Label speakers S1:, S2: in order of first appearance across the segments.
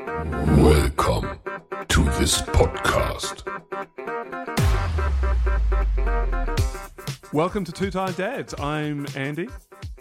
S1: Welcome to this podcast.
S2: Welcome to Two Tired Dads. I'm Andy.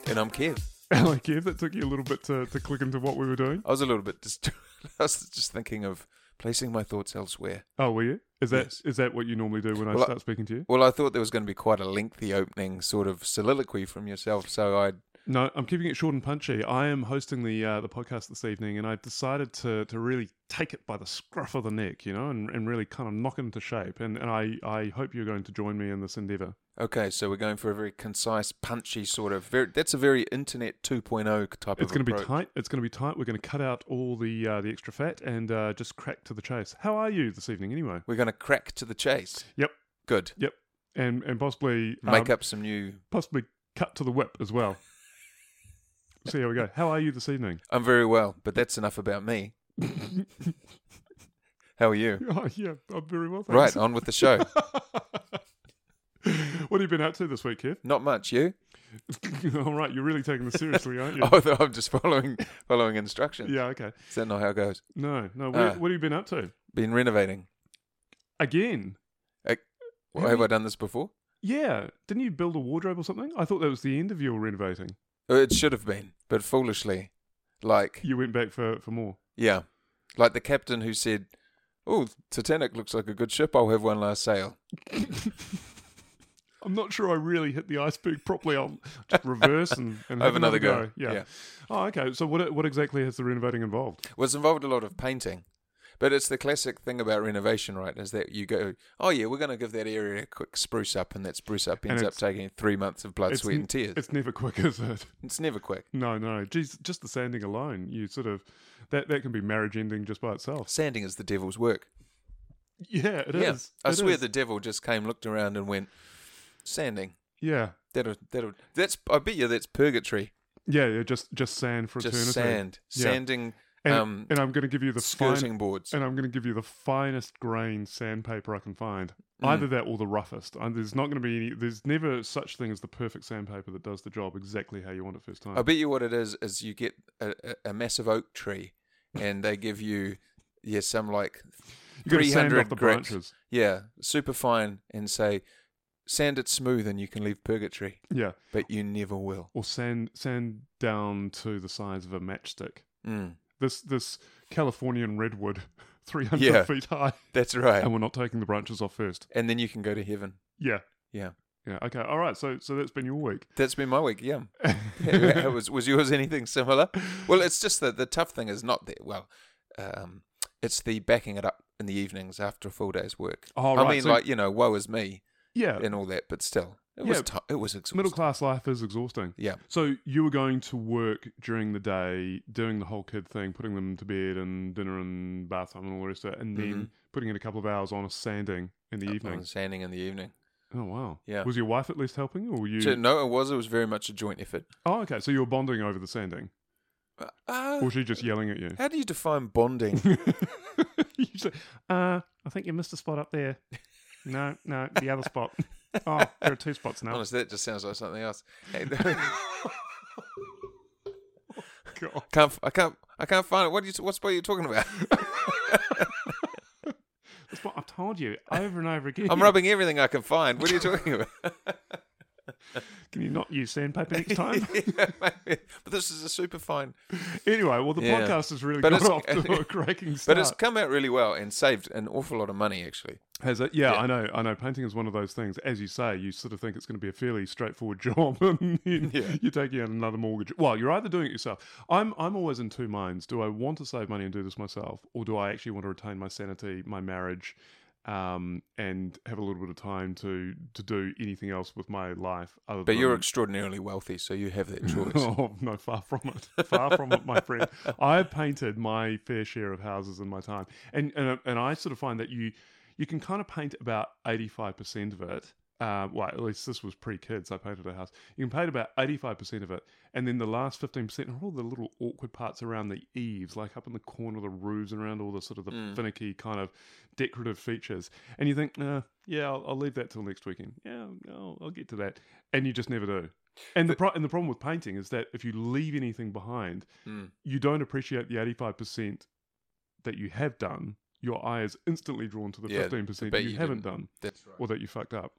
S3: And I'm Kev.
S2: And I give that took you a little bit to, to click into what we were doing.
S3: I was a little bit just, I was just thinking of placing my thoughts elsewhere.
S2: Oh, were you? Is that is
S3: Yes.
S2: that what you normally do when I
S3: Well, I-
S2: start speaking to you?
S3: Well, I thought there was going to be quite a lengthy opening sort of soliloquy from yourself, so I
S2: No, I'm keeping it short and punchy. I am hosting the uh, the podcast this evening, and I decided to to really take it by the scruff of the neck, you know, and, and really kind of knock it into shape. And, and I, I hope you're going to join me in this endeavor.
S3: okay. So we're going for a very concise, punchy sort of. Very, that's a very internet 2.0 type of.
S2: It's going to be
S3: approach.
S2: tight. It's going to be tight. We're going to cut out all the uh, the extra fat and uh, just crack to the chase. How are you this evening, anyway?
S3: We're going to crack to the chase.
S2: Yep.
S3: Good.
S2: Yep. And and possibly um,
S3: Make up some new.
S2: possibly cut to the whip as well. so here we go. How are you this evening?
S3: I'm very well, but that's enough about me. How are you?
S2: Oh yeah, I'm very well.
S3: Right,
S2: Thanks.
S3: on with the show.
S2: What have you been up to this week, Kev?
S3: Not much, you.
S2: All right, you're really taking this seriously, aren't you?
S3: Although I'm just following following instructions.
S2: Yeah. Okay.
S3: Is that not how it goes?
S2: No. No. What,
S3: Ah.
S2: what have you been up to?
S3: Been renovating.
S2: Again.
S3: Well,
S2: Have
S3: have
S2: you-
S3: I done this before?
S2: Yeah. Didn't you build a wardrobe or something? I thought that was the end of your renovating.
S3: Uh, It should have been, but foolishly, like
S2: You went back for for more.
S3: yeah, like the captain who said, "Oh, Titanic looks like a good ship. I'll have one last sail."
S2: I'm not sure I really hit the iceberg properly. I'll just reverse and, and have, another, go. Yeah. Oh, okay. So what what exactly has the renovating involved?
S3: was involved a lot of painting, but it's the classic thing about renovation, right? Is that you go, "Oh yeah, we're going to give that area a quick spruce up," and that spruce up
S2: And
S3: ends up
S2: it's-
S3: taking three months of blood, sweat,
S2: n-
S3: and tears. It's,
S2: It's never quick, is it?
S3: never quick.
S2: No, no. Geez, just the sanding alone, you sort of that that can be marriage ending just by itself.
S3: Sanding is the devil's work.
S2: Yeah, it is.
S3: yeah, I
S2: It
S3: swear
S2: is.
S3: the devil just came, looked around, and went, "Sanding."
S2: Yeah.
S3: That'll, that'll, that's, I bet you that's purgatory.
S2: Yeah, yeah, just just sand for
S3: Just
S2: eternity.
S3: sand.
S2: Yeah.
S3: Sanding
S2: And,
S3: um,
S2: and I'm going to give you the
S3: skirting
S2: fine,
S3: boards.
S2: and I'm going to give you the finest grain sandpaper I can find.
S3: Mm.
S2: Either that or the roughest. And there's not going to be any. There's never such thing as the perfect sandpaper that does the job exactly how you want it first time.
S3: I bet you what it is is you get a, a, a massive oak tree, and they give you yeah some like
S2: you got to sand off
S3: 300
S2: the
S3: grit.
S2: branches.
S3: yeah super fine and say sand it smooth and you can leave purgatory,
S2: Yeah,
S3: but you never will.
S2: or sand sand down to the size of a matchstick.
S3: Mm,
S2: This this Californian redwood, 300
S3: Yeah.
S2: feet high,
S3: that's right.
S2: and we're not taking the branches off first.
S3: and then you can go to heaven.
S2: Yeah,
S3: Yeah,
S2: yeah. Okay, all right. So so that's been your week.
S3: that's been my week. Yeah. Yeah, was was yours anything similar? Well, it's just that the tough thing is not the well, um, it's the backing it up in the evenings after a full day's work.
S2: Oh,
S3: I
S2: right,
S3: mean,
S2: so-
S3: like you know, woe is me
S2: yeah,
S3: and all that, but still, it
S2: Uh, Yeah,
S3: was t- it was exhausting.
S2: middle class life is exhausting.
S3: Yeah,
S2: So you were going to work during the day, doing the whole kid thing, putting them to bed and dinner and bathroom and all the rest of it, and
S3: Mm-hmm.
S2: then putting in a couple of hours on a sanding in the
S3: on
S2: evening.
S3: the sanding in the evening.
S2: Oh wow!
S3: Yeah.
S2: Was your wife at least helping, or were you?
S3: So, no, it was it was very much a joint effort.
S2: Oh, okay. So you were bonding over the sanding, or
S3: Uh,
S2: was she just yelling at you?
S3: how do you define bonding?
S2: you say, uh, I think you missed a spot up there. No, no, the other spot. Oh, there are two spots now.
S3: Honestly, that just sounds like something else. Hey,
S2: God.
S3: can't f- I can't I can't find it. What are you t- what spot are you talking about?
S2: That's what I've told you over and over again.
S3: I'm rubbing everything I can find. What are you talking about?
S2: Can you not use sandpaper next time?
S3: Yeah, maybe. But this is a super fine.
S2: anyway, well, the
S3: Yeah.
S2: podcast has really
S3: But
S2: got
S3: it's-
S2: off to a cracking start.
S3: But it's come out really well and saved an awful lot of money, actually.
S2: Has it? Yeah, I know. I know. Painting is one of those things. As you say, you sort of think it's going to be a fairly straightforward job, and then
S3: Yeah.
S2: you're taking out another mortgage. Well, you're either doing it yourself. I'm. I'm always in two minds. Do I want to save money and do this myself, or do I actually want to retain my sanity, my marriage, um, and have a little bit of time to to do anything else with my life other
S3: But
S2: than
S3: you're extraordinarily wealthy, so you have that choice.
S2: Oh no, far from it. Far from it, my friend. I've painted my fair share of houses in my time, and and and I sort of find that you you can kind of paint about eighty five percent of it. Uh, well, at least this was pre kids. I painted a house. You can paint about eighty five percent of it, and then the last fifteen percent are all the little awkward parts around the eaves, like up in the corner of the roofs, and around all the sort of the finicky kind of decorative features. And you think, nah, yeah, I'll, I'll leave that till next weekend. Yeah, I'll, I'll get to that, and you just never do. And the, pro- and the problem with painting is that if you leave anything behind,
S3: Mm.
S2: you don't appreciate the 85% that you have done. Your eye is instantly drawn to the
S3: Yeah,
S2: 15%
S3: the
S2: that
S3: bit
S2: you,
S3: you
S2: haven't
S3: didn't-
S2: done
S3: That's right.
S2: or that you fucked up.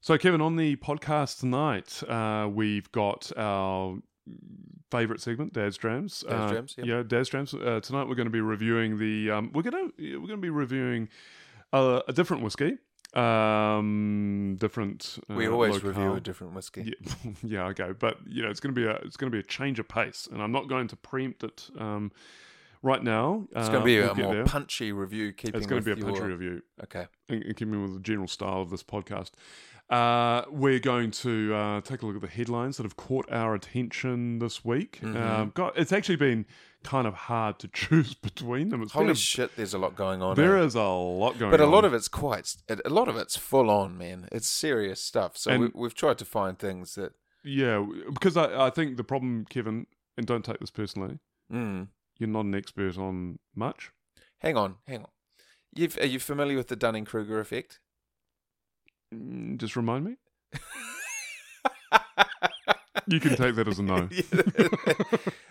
S2: So, Kevin, on the podcast tonight, uh, we've got our favorite segment, Dad's Drams.
S3: Dad's
S2: Uh,
S3: Drams, yep.
S2: Yeah, Dad's Drams. Uh, tonight, we're going to be reviewing the. Um, we're going to we're going to be reviewing Uh, a, a different whiskey. Um, different. Uh,
S3: we always
S2: locale.
S3: review a different whiskey.
S2: Yeah, yeah, okay, but you know it's going to be a it's going to be a change of pace, and I'm not going to preempt it um, right now.
S3: It's
S2: Uh,
S3: going to be
S2: we'll
S3: a
S2: get
S3: more
S2: there.
S3: punchy review. Keeping
S2: It's going to
S3: with
S2: be a punchy
S3: your-
S2: review
S3: Okay.
S2: in, in keeping with the general style of this podcast, uh, we're going to uh, take a look at the headlines that have caught our attention this week.
S3: Mm-hmm.
S2: Um, got, it's actually been kind of hard to choose between them. It's been
S3: Holy
S2: a-
S3: shit! There's a lot going on.
S2: there
S3: eh?
S2: is a lot going on.
S3: but a lot of it's quite. A lot of it's full on, man. It's serious stuff. So
S2: And-
S3: we, we've tried to find things that.
S2: Yeah, because I, I think the problem, Kevin, and don't take this personally,
S3: Mm,
S2: you're not an expert on much.
S3: hang on, hang on. You've, are you familiar with the Dunning Kruger effect?
S2: Mm, Just remind me. You can take that as a no.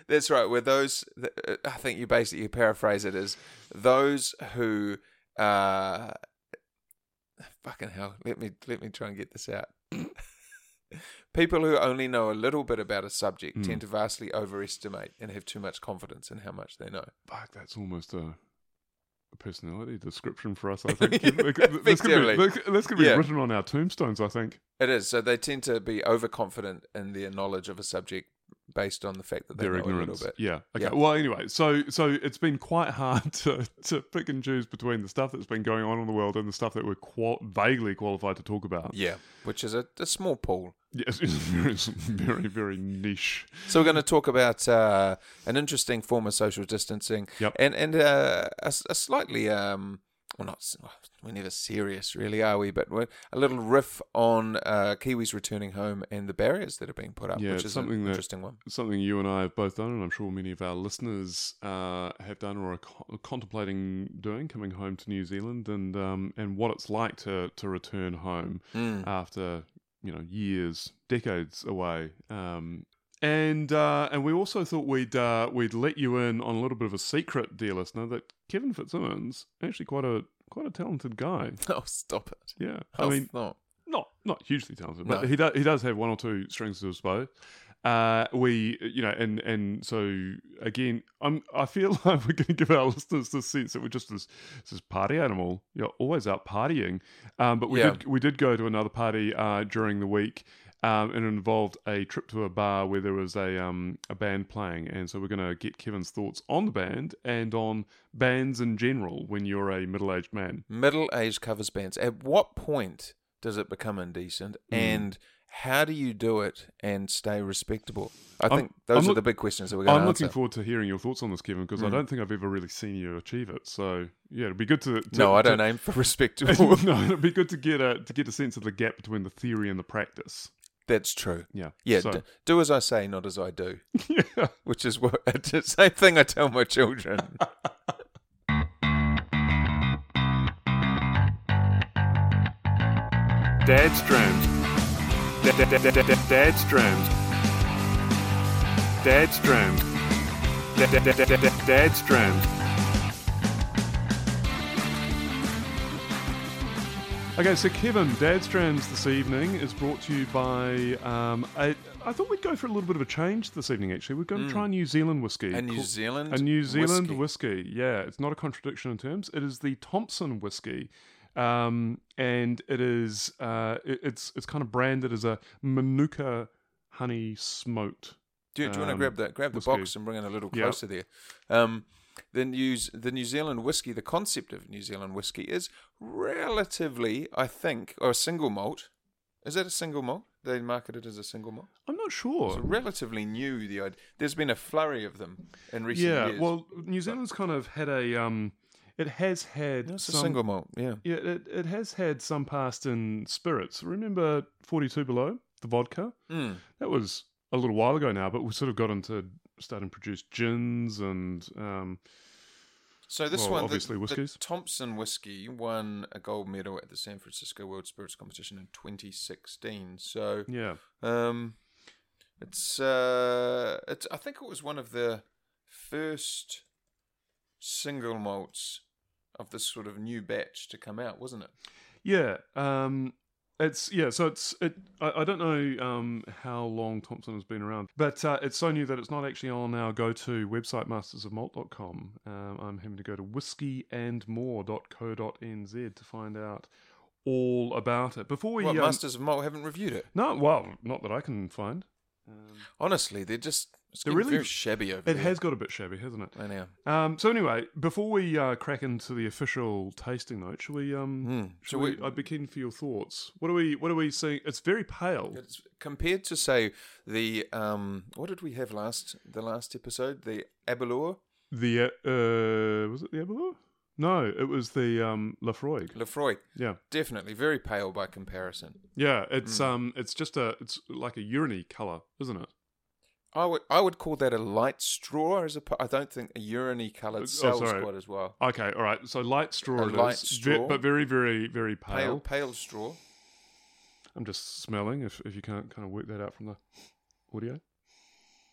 S3: That's right. Where those, th- uh, I think you basically paraphrase it as those who, uh, fucking hell. Let me let me try and get this out. People who only know a little bit about a
S2: Hmm.
S3: subject tend to vastly overestimate and have too much confidence in how much they know.
S2: Fuck, that's almost a, a personality description for us. I think this could be,
S3: Effectively.
S2: this, this could be
S3: Yeah.
S2: written on our tombstones. I think
S3: It is. So they tend to be overconfident in their knowledge of a subject based on the fact that they
S2: their
S3: know a
S2: ignorance.
S3: little bit.
S2: Yeah. Okay.
S3: Yeah.
S2: Well, anyway, so so it's been quite hard to, to pick and choose between the stuff that's been going on in the world and the stuff that we're qual- vaguely qualified to talk about.
S3: Yeah, which is a, a small pool.
S2: Yes, it's very very very niche.
S3: So we're going to talk about uh, an interesting form of social distancing,
S2: Yep.
S3: and and uh, a, s- a slightly um, well, not s- we're never serious, really, are we? But we're, a little riff on uh, Kiwis returning home and the barriers that are being put up,
S2: Yeah,
S3: which
S2: it's
S3: is
S2: something
S3: an
S2: that-
S3: interesting one.
S2: something you and I have both done, and I'm sure many of our listeners uh, have done or are co- contemplating doing, coming home to New Zealand, and um, and what it's like to to return home
S3: Mm.
S2: after you know years, decades away. Um, and uh, and we also thought we'd uh, we'd let you in on a little bit of a secret, dear listener, that Kevin Fitzsimmons actually quite a quite a talented guy.
S3: Oh, stop it!
S2: Yeah,
S3: Oh,
S2: I mean,
S3: stop.
S2: not not hugely talented, but
S3: No.
S2: he does he does have one or two strings to his bow. Uh, we you know, and and so again, I'm I feel like we're going to give our listeners the sense that we're just this this party animal. You're always out partying, um, but we
S3: Yeah.
S2: did we did go to another party uh, during the week. Um, and it involved a trip to a bar where there was a um, a band playing, and so we're going to get Kevin's thoughts on the band and on bands in general when you're a middle aged man.
S3: middle aged covers bands. At what point does it become indecent?
S2: Hmm.
S3: And how do you do it and stay respectable? I
S2: I'm-
S3: think those
S2: I'm
S3: are
S2: look-
S3: the big questions that we're going
S2: I'm
S3: to answer.
S2: looking forward to hearing your thoughts on this, Kevin,
S3: Mm.
S2: because I don't think I've ever really seen you achieve it. So yeah, it'd be good to. to
S3: no, I don't
S2: to-
S3: aim for respectable.
S2: no, it'd be good to get a to get a sense of the gap between the theory and the practice.
S3: That's true.
S2: Yeah,
S3: Yeah,
S2: So,
S3: d- do as I say, not as I do,
S2: yeah.
S3: which is what it's the same thing I tell my children.
S2: Dad's drums. Dad's drums. Dad's drums. Dad's drums. Okay, so Kevin, Dad's Drams this evening is brought to you by. Um, a, I thought we'd go for a little bit of a change this evening. Actually, we're going to try New Zealand whiskey.
S3: Mm. A New
S2: Called-
S3: Zealand,
S2: a New Zealand
S3: whiskey.
S2: whiskey. Yeah, it's not a contradiction in terms. It is the Thompson whiskey, um, and it is uh, it- it's it's kind of branded as a Manuka honey smoked.
S3: Do, you- do you want
S2: um,
S3: to grab that? Grab the
S2: whiskey.
S3: box and bring it a little
S2: Yeah.
S3: closer there. Um, the news, the New Zealand whiskey. The concept of New Zealand whiskey is relatively, I think, or a single malt. Is that a single malt? They market it as a single malt.
S2: I'm not sure.
S3: It's relatively new. The idea. There's been a flurry of them in recent
S2: yeah,
S3: years.
S2: well, New Zealand's kind of had a um, it has had
S3: No, it's a
S2: some-
S3: single malt. Yeah.
S2: Yeah, it, it has had some past in spirits. Remember 42 Below, the vodka?
S3: Mm.
S2: That was a little while ago now, but we sort of got into starting to produce gins and um,
S3: So this
S2: Well,
S3: one,
S2: obviously
S3: the,
S2: whiskies.
S3: the Thompson whiskey won a gold medal at the San Francisco World Spirits Competition in 2016. So
S2: yeah,
S3: um, it's uh, it's I think it was one of the first single malts of this sort of new batch to come out, wasn't it?
S2: yeah. Um, it's yeah. So it's it. I, I don't know um, how long Thompson has been around, but uh, it's so new that it's not actually on our go-to website, mastersofmalt.com. Um, I'm having to go to whiskeyandmore.co.nz to find out all about it. Before we
S3: Well,
S2: um,
S3: Masters of Malt haven't reviewed it.
S2: no, well, not that I can find. Um,
S3: Honestly, they're just it's
S2: They're
S3: getting
S2: really-
S3: very shabby over
S2: it
S3: there.
S2: has got a bit shabby, hasn't it?
S3: I know.
S2: Um, so anyway, before we uh, crack into the official tasting note, shall we? Um,
S3: Hmm.
S2: shall
S3: So we-
S2: we, I'd be keen for your thoughts. What are we? What are we seeing? It's very pale.
S3: It's compared to say the um, what did we have last the last episode the Abelor
S2: The uh, was it the Abelard? No, it was the um, Lafroig.
S3: Lefroy
S2: Yeah,
S3: definitely very pale by comparison.
S2: yeah.
S3: Hmm.
S2: It's um, it's just a, it's like a urine color, isn't it?
S3: I would I would call that a light straw as a p- I don't think a urine
S2: Oh,
S3: coloured sells
S2: sorry.
S3: quite as well.
S2: Okay, all right. So light straw,
S3: A
S2: it
S3: light
S2: is, ve-
S3: straw.
S2: but very, very, very
S3: Pale
S2: pale.
S3: pale straw.
S2: I'm just smelling. If if you can't kind of work that out from the audio.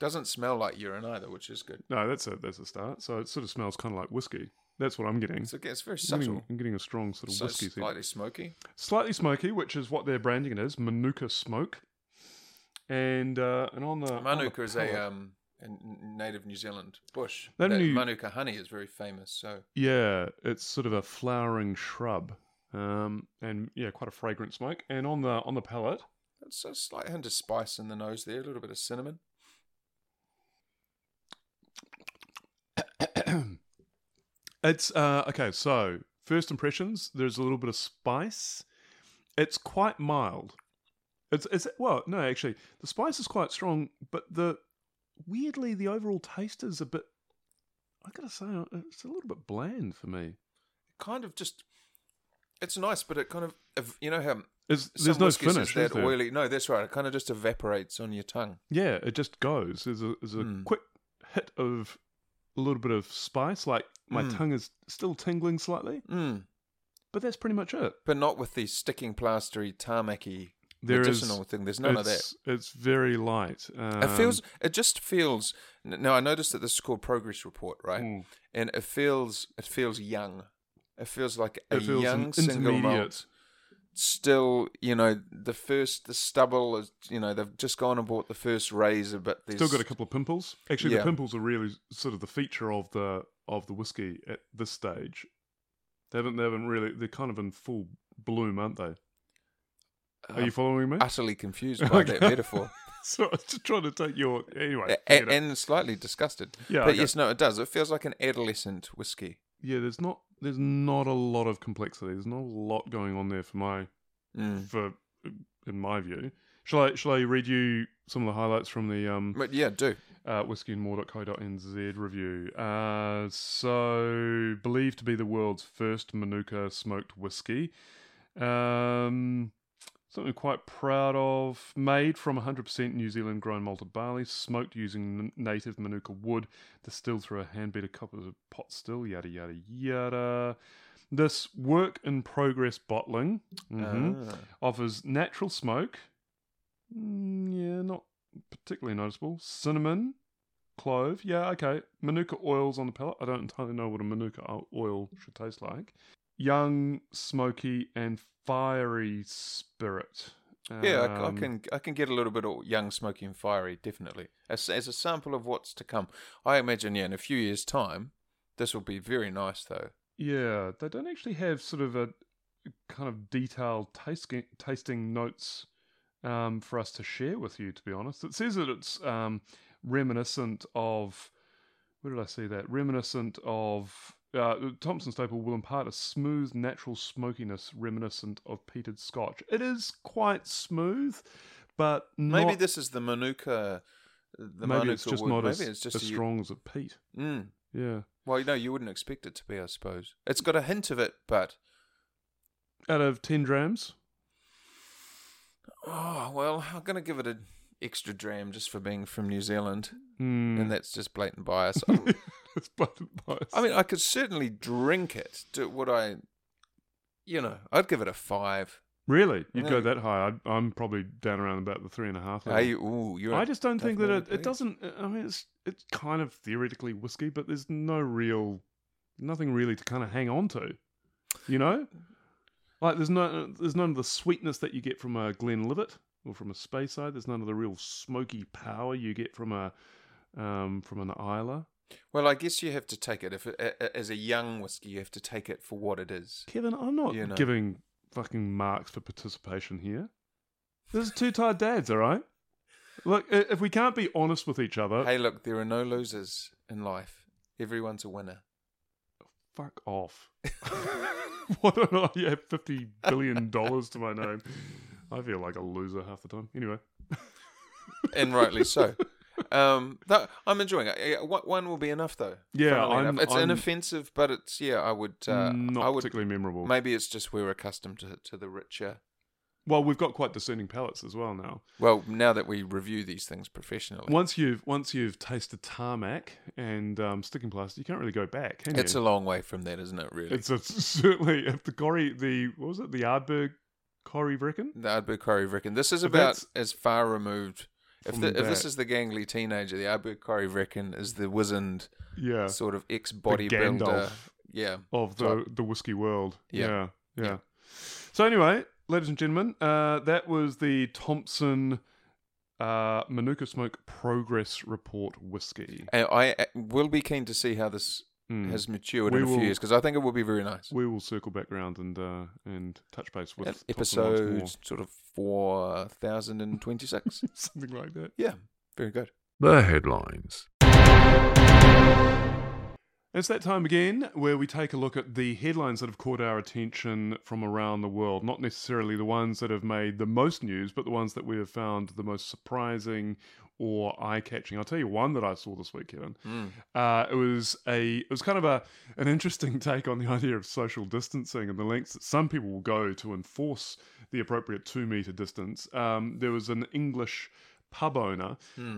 S3: Doesn't smell like urine either, which is good.
S2: No, that's a that's a start. So it sort of smells kind of like whiskey. That's Hmm. what I'm getting.
S3: So again, it's very
S2: I'm getting,
S3: subtle.
S2: I'm getting a strong sort of
S3: So
S2: whiskey thing.
S3: slightly smoky.
S2: Slightly smoky, which is what their branding it is, Manuka Smoke. And uh, and on the on the
S3: Manuka is
S2: palate-
S3: a um a n- native New Zealand bush.
S2: That
S3: That
S2: new-
S3: Manuka honey is very famous. So
S2: yeah, it's sort of a flowering shrub, um, and yeah, quite a fragrant smoke. And on the on the palate,
S3: it's a slight hint of spice in the nose there, a little bit of cinnamon.
S2: it's uh, okay. So first impressions, there's a little bit of spice. It's quite mild. It's it's well, no, actually, the spice is quite strong, but the weirdly the overall taste is a bit. I gotta say, uh, it's a little bit bland for me.
S3: Kind of just it's nice, but it kind of ev- you know how
S2: It's,
S3: some
S2: there's no
S3: whiskies is
S2: finish. is
S3: that
S2: there?
S3: oily. No, that's right. It kind of just evaporates on your tongue.
S2: Yeah, it just goes. There's a there's a
S3: Mm.
S2: quick hit of a little bit of spice. Like my
S3: Mm.
S2: tongue is still tingling slightly,
S3: Mm.
S2: but that's pretty much it.
S3: but not with the sticking plastery tarmacy
S2: There is-
S3: medicinal thing. There's none of that.
S2: it's, It's very light. Um,
S3: It feels. It just feels. n- Now I noticed that this is called Progress Report, right?
S2: Mm.
S3: And it feels. It feels young. It feels like a
S2: It feels
S3: young
S2: an
S3: single
S2: intermediate.
S3: malt. Still, you know, the first the stubble is. You know, they've just gone and bought the first razor, but there's
S2: Still got a couple of pimples. Actually,
S3: Yeah.
S2: the pimples are really sort of the feature of the of the whiskey at this stage. They haven't they haven't really. They're kind of in full bloom, aren't they? Are
S3: I'm
S2: you following me?
S3: utterly confused by that
S2: Okay.
S3: metaphor
S2: so I was just trying to take your anyway.
S3: A-
S2: you know.
S3: and slightly disgusted.
S2: Yeah,
S3: but
S2: okay.
S3: yes, no, it does. It feels like an adolescent whiskey.
S2: yeah, there's not there's not a lot of complexity. There's not a lot going on there for my
S3: Mm.
S2: for in my view. Shall I shall I read you some of the highlights from the um
S3: But yeah, do
S2: uh, whiskeyandmore.co.nz review? Uh, so believed to be the world's first Manuka smoked whiskey. Um, something we're quite proud of. Made from 100% New Zealand grown malted barley, smoked using n- native Manuka wood, distilled through a hand beater cup of pot still. Yada yada yada. This work in progress bottling. Mhm
S3: Ah.
S2: offers natural smoke. Mm, yeah, not particularly noticeable. Cinnamon, clove. Yeah, okay. Manuka oils on the palate. I don't entirely know what a Manuka o- oil should taste like. Young, smoky, and fiery spirit.
S3: Yeah, I, I
S2: Um,
S3: can I can get a little bit of young, smoky, and fiery, definitely. As, as a sample of what's to come, I imagine. Yeah, in a few years' time, this will be very nice, though.
S2: Yeah, they don't actually have sort of a kind of detailed tasting tasting notes um, for us to share with you. To be honest, it says that it's um, reminiscent of where did I see that? Reminiscent of uh, the Thompson Staple will impart a smooth, natural smokiness reminiscent of peated Scotch. It is quite smooth, but
S3: Maybe
S2: not,
S3: this is the Manuka.
S2: maybe
S3: The Manuka
S2: it's just
S3: wood.
S2: not
S3: maybe
S2: as,
S3: it's just
S2: as
S3: a-
S2: strong as a peat.
S3: Mm.
S2: Yeah,
S3: Well, you know, you wouldn't expect it to be, I suppose. It's got a hint of it, but
S2: out of ten grams.
S3: oh well. I'm gonna give it a extra dram just for being from New Zealand,
S2: Mm.
S3: and that's just blatant bias. I,
S2: It's blatant bias.
S3: I mean, I could certainly drink it. Do, would I? You know, I'd give it a five.
S2: really, you'd
S3: Yeah.
S2: go that high. I'd, I'm probably down around about the three and a half.
S3: Are
S2: level.
S3: you? Ooh, you're.
S2: I
S3: a-
S2: just don't
S3: tough
S2: think that
S3: man
S2: it,
S3: to
S2: it
S3: beat.
S2: doesn't. uh, I mean, it's it's kind of theoretically whiskey, but there's no real, nothing really to kind of hang on to, you know. Like there's no uh, there's none of the sweetness that you get from a Glenlivet or from a Speyside. There's none of the real smoky power you get from a um, from an Isla.
S3: Well, I guess you have to take it if it, a- a- as a young whiskey, you have to take it for what it is.
S2: Kevin, I'm not
S3: You know.
S2: giving fucking marks for participation here. This is two tired dads, all right. Look, i- if we can't be honest with each other,
S3: Hey, look, there are no losers in life. Everyone's a winner.
S2: fuck off. Why don't I have fifty billion dollars to my name? I feel like a loser half the time. Anyway,
S3: and rightly so. Um, though, I'm enjoying it. Yeah, One one will be enough, though.
S2: Yeah,
S3: funnily
S2: I'm-
S3: enough. it's
S2: I'm-
S3: inoffensive, but it's yeah. I would. Uh,
S2: not
S3: I would.
S2: particularly memorable.
S3: Maybe it's just we're accustomed to to the richer.
S2: well, we've got quite discerning palates as well now.
S3: Well, now that we review these things professionally,
S2: Once you've once you've tasted tarmac and um, sticking plaster, you can't really go back. Can
S3: it's
S2: you?
S3: a long way from that, isn't it? Really,
S2: it's a, certainly if the Gorry the what was it the Ardberg Corrie Vrecken?
S3: the Ardbeg Corrie Vrecken. This is
S2: If
S3: about
S2: that's-
S3: as far removed. If,
S2: From
S3: the, if this
S2: that.
S3: is the gangly teenager, the Ardbeg Corrie Vrecken is the wizened
S2: Yeah,
S3: sort of ex
S2: the
S3: bodybuilder.
S2: Gandalf
S3: Yeah,
S2: of the the whiskey world.
S3: Yeah.
S2: Yeah. yeah,
S3: Yeah.
S2: So anyway, ladies and gentlemen, uh, that was the Thompson uh, Manuka Smoke Progress Report whiskey.
S3: and I uh, will be keen to see how this
S2: Mm.
S3: has matured
S2: We
S3: in a few
S2: will-
S3: years because I think it will be very nice.
S2: We will circle back around and uh, and touch base with
S3: At
S2: Thompson once more.
S3: episode sort of 4026.
S2: something like that.
S3: yeah, very good.
S1: The headlines.
S2: It's that time again where we take a look at the headlines that have caught our attention from around the world. Not necessarily the ones that have made the most news, but the ones that we have found the most surprising or eye catching. I'll tell you one that I saw this week, Kevin.
S3: Mm.
S2: Uh, it was a it was kind of a an interesting take on the idea of social distancing and the lengths that some people will go to enforce the appropriate two meter distance. Um, there was an English pub owner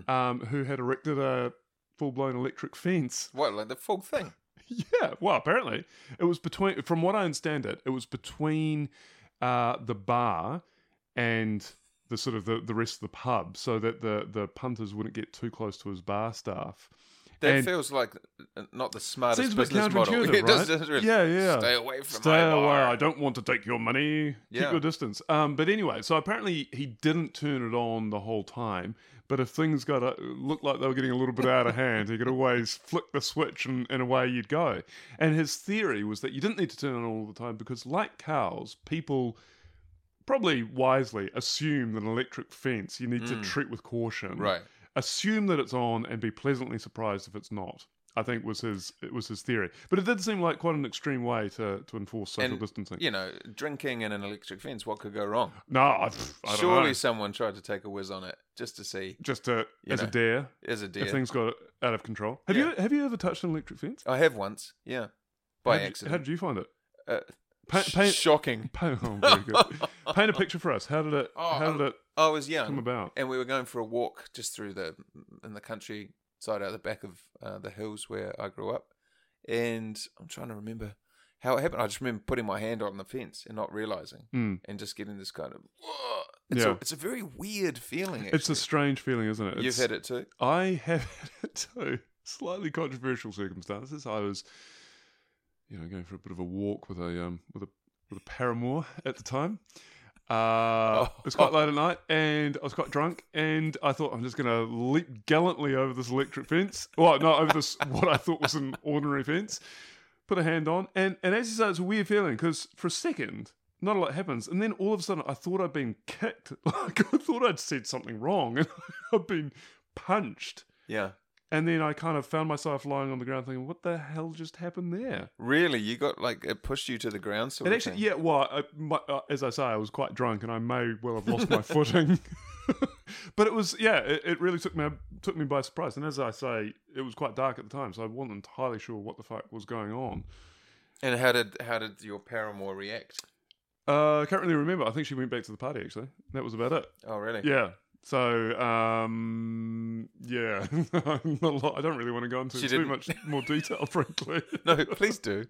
S2: um, who had erected a full blown electric fence.
S3: What, like the full thing?
S2: Yeah, well, apparently it was between. From what I understand it, it was between uh, the bar and the sort of the, the rest of the pub, so that the the punters wouldn't get too close to his bar staff.
S3: That
S2: And-
S3: feels like uh, not the smartest
S2: Seems a bit
S3: business model.
S2: counterintuitive,
S3: it does,
S2: right?
S3: doesn't really-
S2: Yeah, yeah.
S3: Stay away from
S2: Stay
S3: my
S2: away.
S3: bar.
S2: I don't want to take your money.
S3: Yeah.
S2: Keep your distance. Um, but anyway, so apparently he didn't turn it on the whole time. But if things got a, looked like they were getting a little bit out of hand, he could always flick the switch and, and away you'd go. And his theory was that you didn't need to turn it on all the time because, like cows, people probably wisely assume that an electric fence you need to
S3: Mm.
S2: treat with caution
S3: Right.
S2: assume that it's on and be pleasantly surprised if it's not. I think was his it was his theory, but it did seem like quite an extreme way to, to enforce social
S3: And,
S2: distancing.
S3: You know, drinking in an electric fence, what could go wrong?
S2: No, I, pff, I don't
S3: Surely
S2: know.
S3: someone tried to take a whiz on it just to see.
S2: just to,
S3: you
S2: as
S3: know,
S2: a dare,
S3: Is a
S2: if
S3: deer.
S2: things got out of control. Have you have you ever touched an electric fence
S3: I have once, yeah. By
S2: how did You, how
S3: accident.
S2: did you find it?
S3: Uh,
S2: Pa-
S3: sh-
S2: paint,
S3: shocking.
S2: paint, oh, very good. paint a picture for us. How did it?
S3: Oh,
S2: how did it
S3: I was young.
S2: come about?
S3: and we were going for a walk just through the in the countryside out the back of uh, the hills where I grew up. And I'm trying to remember how it happened. I just remember putting my hand on the fence and not realizing,
S2: Mm.
S3: and just getting this kind of. "Whoa." It's, a,
S2: Yeah.
S3: it's a very weird feeling.
S2: It's a
S3: actually.
S2: strange feeling, isn't it? It's-
S3: You've had it too.
S2: I have had it too. Slightly controversial circumstances. I was, you know, going for a bit of a walk with a um, with a with a paramour at the time. Uh, It was quite late at night, and I was quite drunk, and I thought I'm just going to leap gallantly over this electric fence. Well, no, over this what I thought was an ordinary fence. Put a hand on, and and as you say, it's a weird feeling because for a second. Not a lot happens, and then all of a sudden, I thought I'd been kicked. Like I thought I'd said something wrong, and I'd been punched.
S3: Yeah.
S2: And then I kind of found myself lying on the ground thinking, what the hell just happened there?
S3: Really, you got like it pushed you to the ground. Sort
S2: And
S3: of
S2: actually,
S3: thing.
S2: yeah, well, I, my, uh, as I say, I was quite drunk and I may well have lost my footing. but it was, yeah, it, it really took me took me by surprise. And as I say, it was quite dark at the time, so I wasn't entirely sure what the fuck was going on.
S3: And how did how did your paramour react?
S2: Uh, I can't really remember. I think she went back to the party actually. That was about it.
S3: Oh, really?
S2: Yeah, So um, yeah, I'm not lo- I don't really want to go into
S3: She
S2: too
S3: didn't.
S2: much more detail, frankly.
S3: No, please do.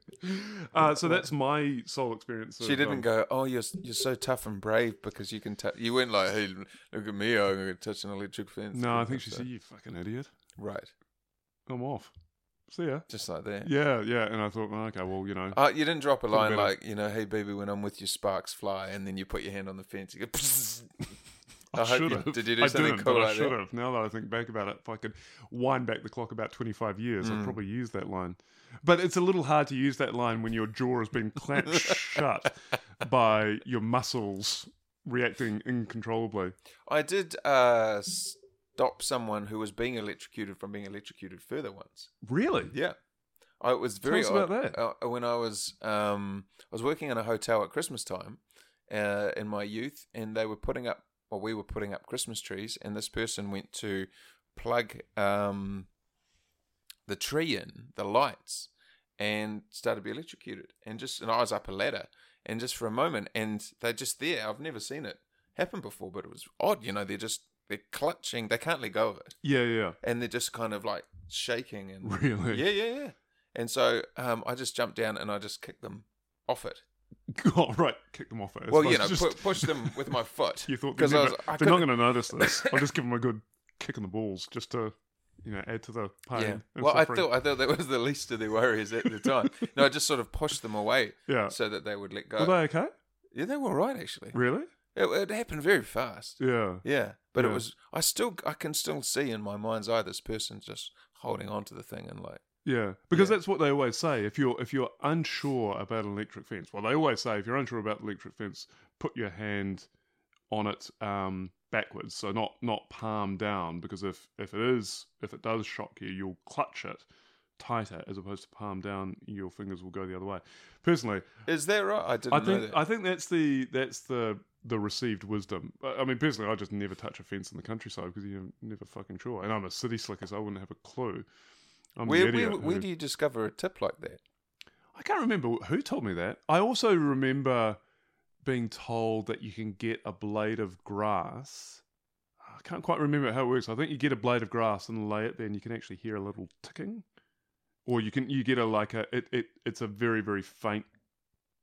S2: Uh, so that's my sole experience.
S3: She
S2: of,
S3: didn't
S2: um,
S3: go. Oh, you're you're so tough and brave because you can. T-. You weren't like, hey, look at me. I'm going to touch an electric fence.
S2: No, I think she
S3: So-
S2: said, "You fucking idiot,
S3: right,
S2: I'm off." See ya.
S3: just like that.
S2: Yeah, yeah. And I thought, well, okay, well, you know,
S3: Uh, you didn't drop a
S2: Could've
S3: line
S2: been a-
S3: like, you know, hey baby, when I'm with you, sparks fly, and then you put your hand on the fence. You go. "Psst."
S2: I,
S3: hope
S2: should
S3: you-
S2: have.
S3: did you do
S2: I
S3: something
S2: didn't,
S3: cool
S2: but I
S3: like that?
S2: should have. Now that I think back about it, if I could wind back the clock about 25 years,
S3: Mm.
S2: I'd probably use that line. But it's a little hard to use that line when your jaw has been clamped shut by your muscles reacting uncontrollably.
S3: I did uh, stop someone who was being electrocuted from being electrocuted further once.
S2: Really?
S3: Yeah, I it was very
S2: us
S3: odd.
S2: about that.
S3: Uh, when I was um, I was working in a hotel at Christmas time uh, in my youth, and they were putting up, well, we were putting up Christmas trees, and this person went to plug um, the tree in the lights, and started to be electrocuted, and just and I was up a ladder, and just for a moment, and they're just there. I've never seen it happen before, but it was odd. You know, they're just they're clutching, they can't let go of it
S2: Yeah, yeah.
S3: and they're just kind of like shaking and
S2: Really?
S3: yeah, yeah, yeah. And so um, I just jumped down and I just kicked them off it.
S2: God, right. Kick them off it. I
S3: Well, you know,
S2: suppose. Just-
S3: pu- pushed them with my foot.
S2: you thought
S3: 'cause
S2: they'd
S3: I was-
S2: never-
S3: I
S2: they're not
S3: couldn't-
S2: going to notice this. I'll just give them a good kick in the balls just to, you know, add to the pain.
S3: yeah.
S2: and
S3: Well, I
S2: suffering.
S3: thought I thought that was the least of their worries at the time. no, I just sort of pushed them away
S2: Yeah.
S3: so that they would let go.
S2: Were they okay?
S3: yeah, they were all right actually.
S2: Uh, Really?
S3: It, it happened very fast.
S2: Yeah.
S3: Yeah, but it
S2: Yeah.
S3: was. I still I can still see in my mind's eye this person just holding on to the thing and like
S2: Yeah, because
S3: Yeah.
S2: that's what they always say. If you're if you're unsure about an electric fence, well, they always say if you're unsure about the electric fence, put your hand on it um, backwards, so not not palm down, because if if it is if it does shock you, you'll clutch it tighter as opposed to palm down. Your fingers will go the other way. Personally,
S3: is that right? I didn't
S2: I
S3: know
S2: think
S3: that.
S2: I think that's the that's the the received wisdom. I I mean, personally, I just never touch a fence in the countryside because you're never fucking sure. And I'm a city slicker, so I wouldn't have a clue. I'm
S3: where
S2: an idiot
S3: where, where
S2: who-
S3: do you discover a tip like that?
S2: I can't remember who told me that. I also remember being told that you can get a blade of grass. I can't quite remember how it works. I think you get a blade of grass and lay it there, and you can actually hear a little ticking, or you can you get a like a it, it it's a very very faint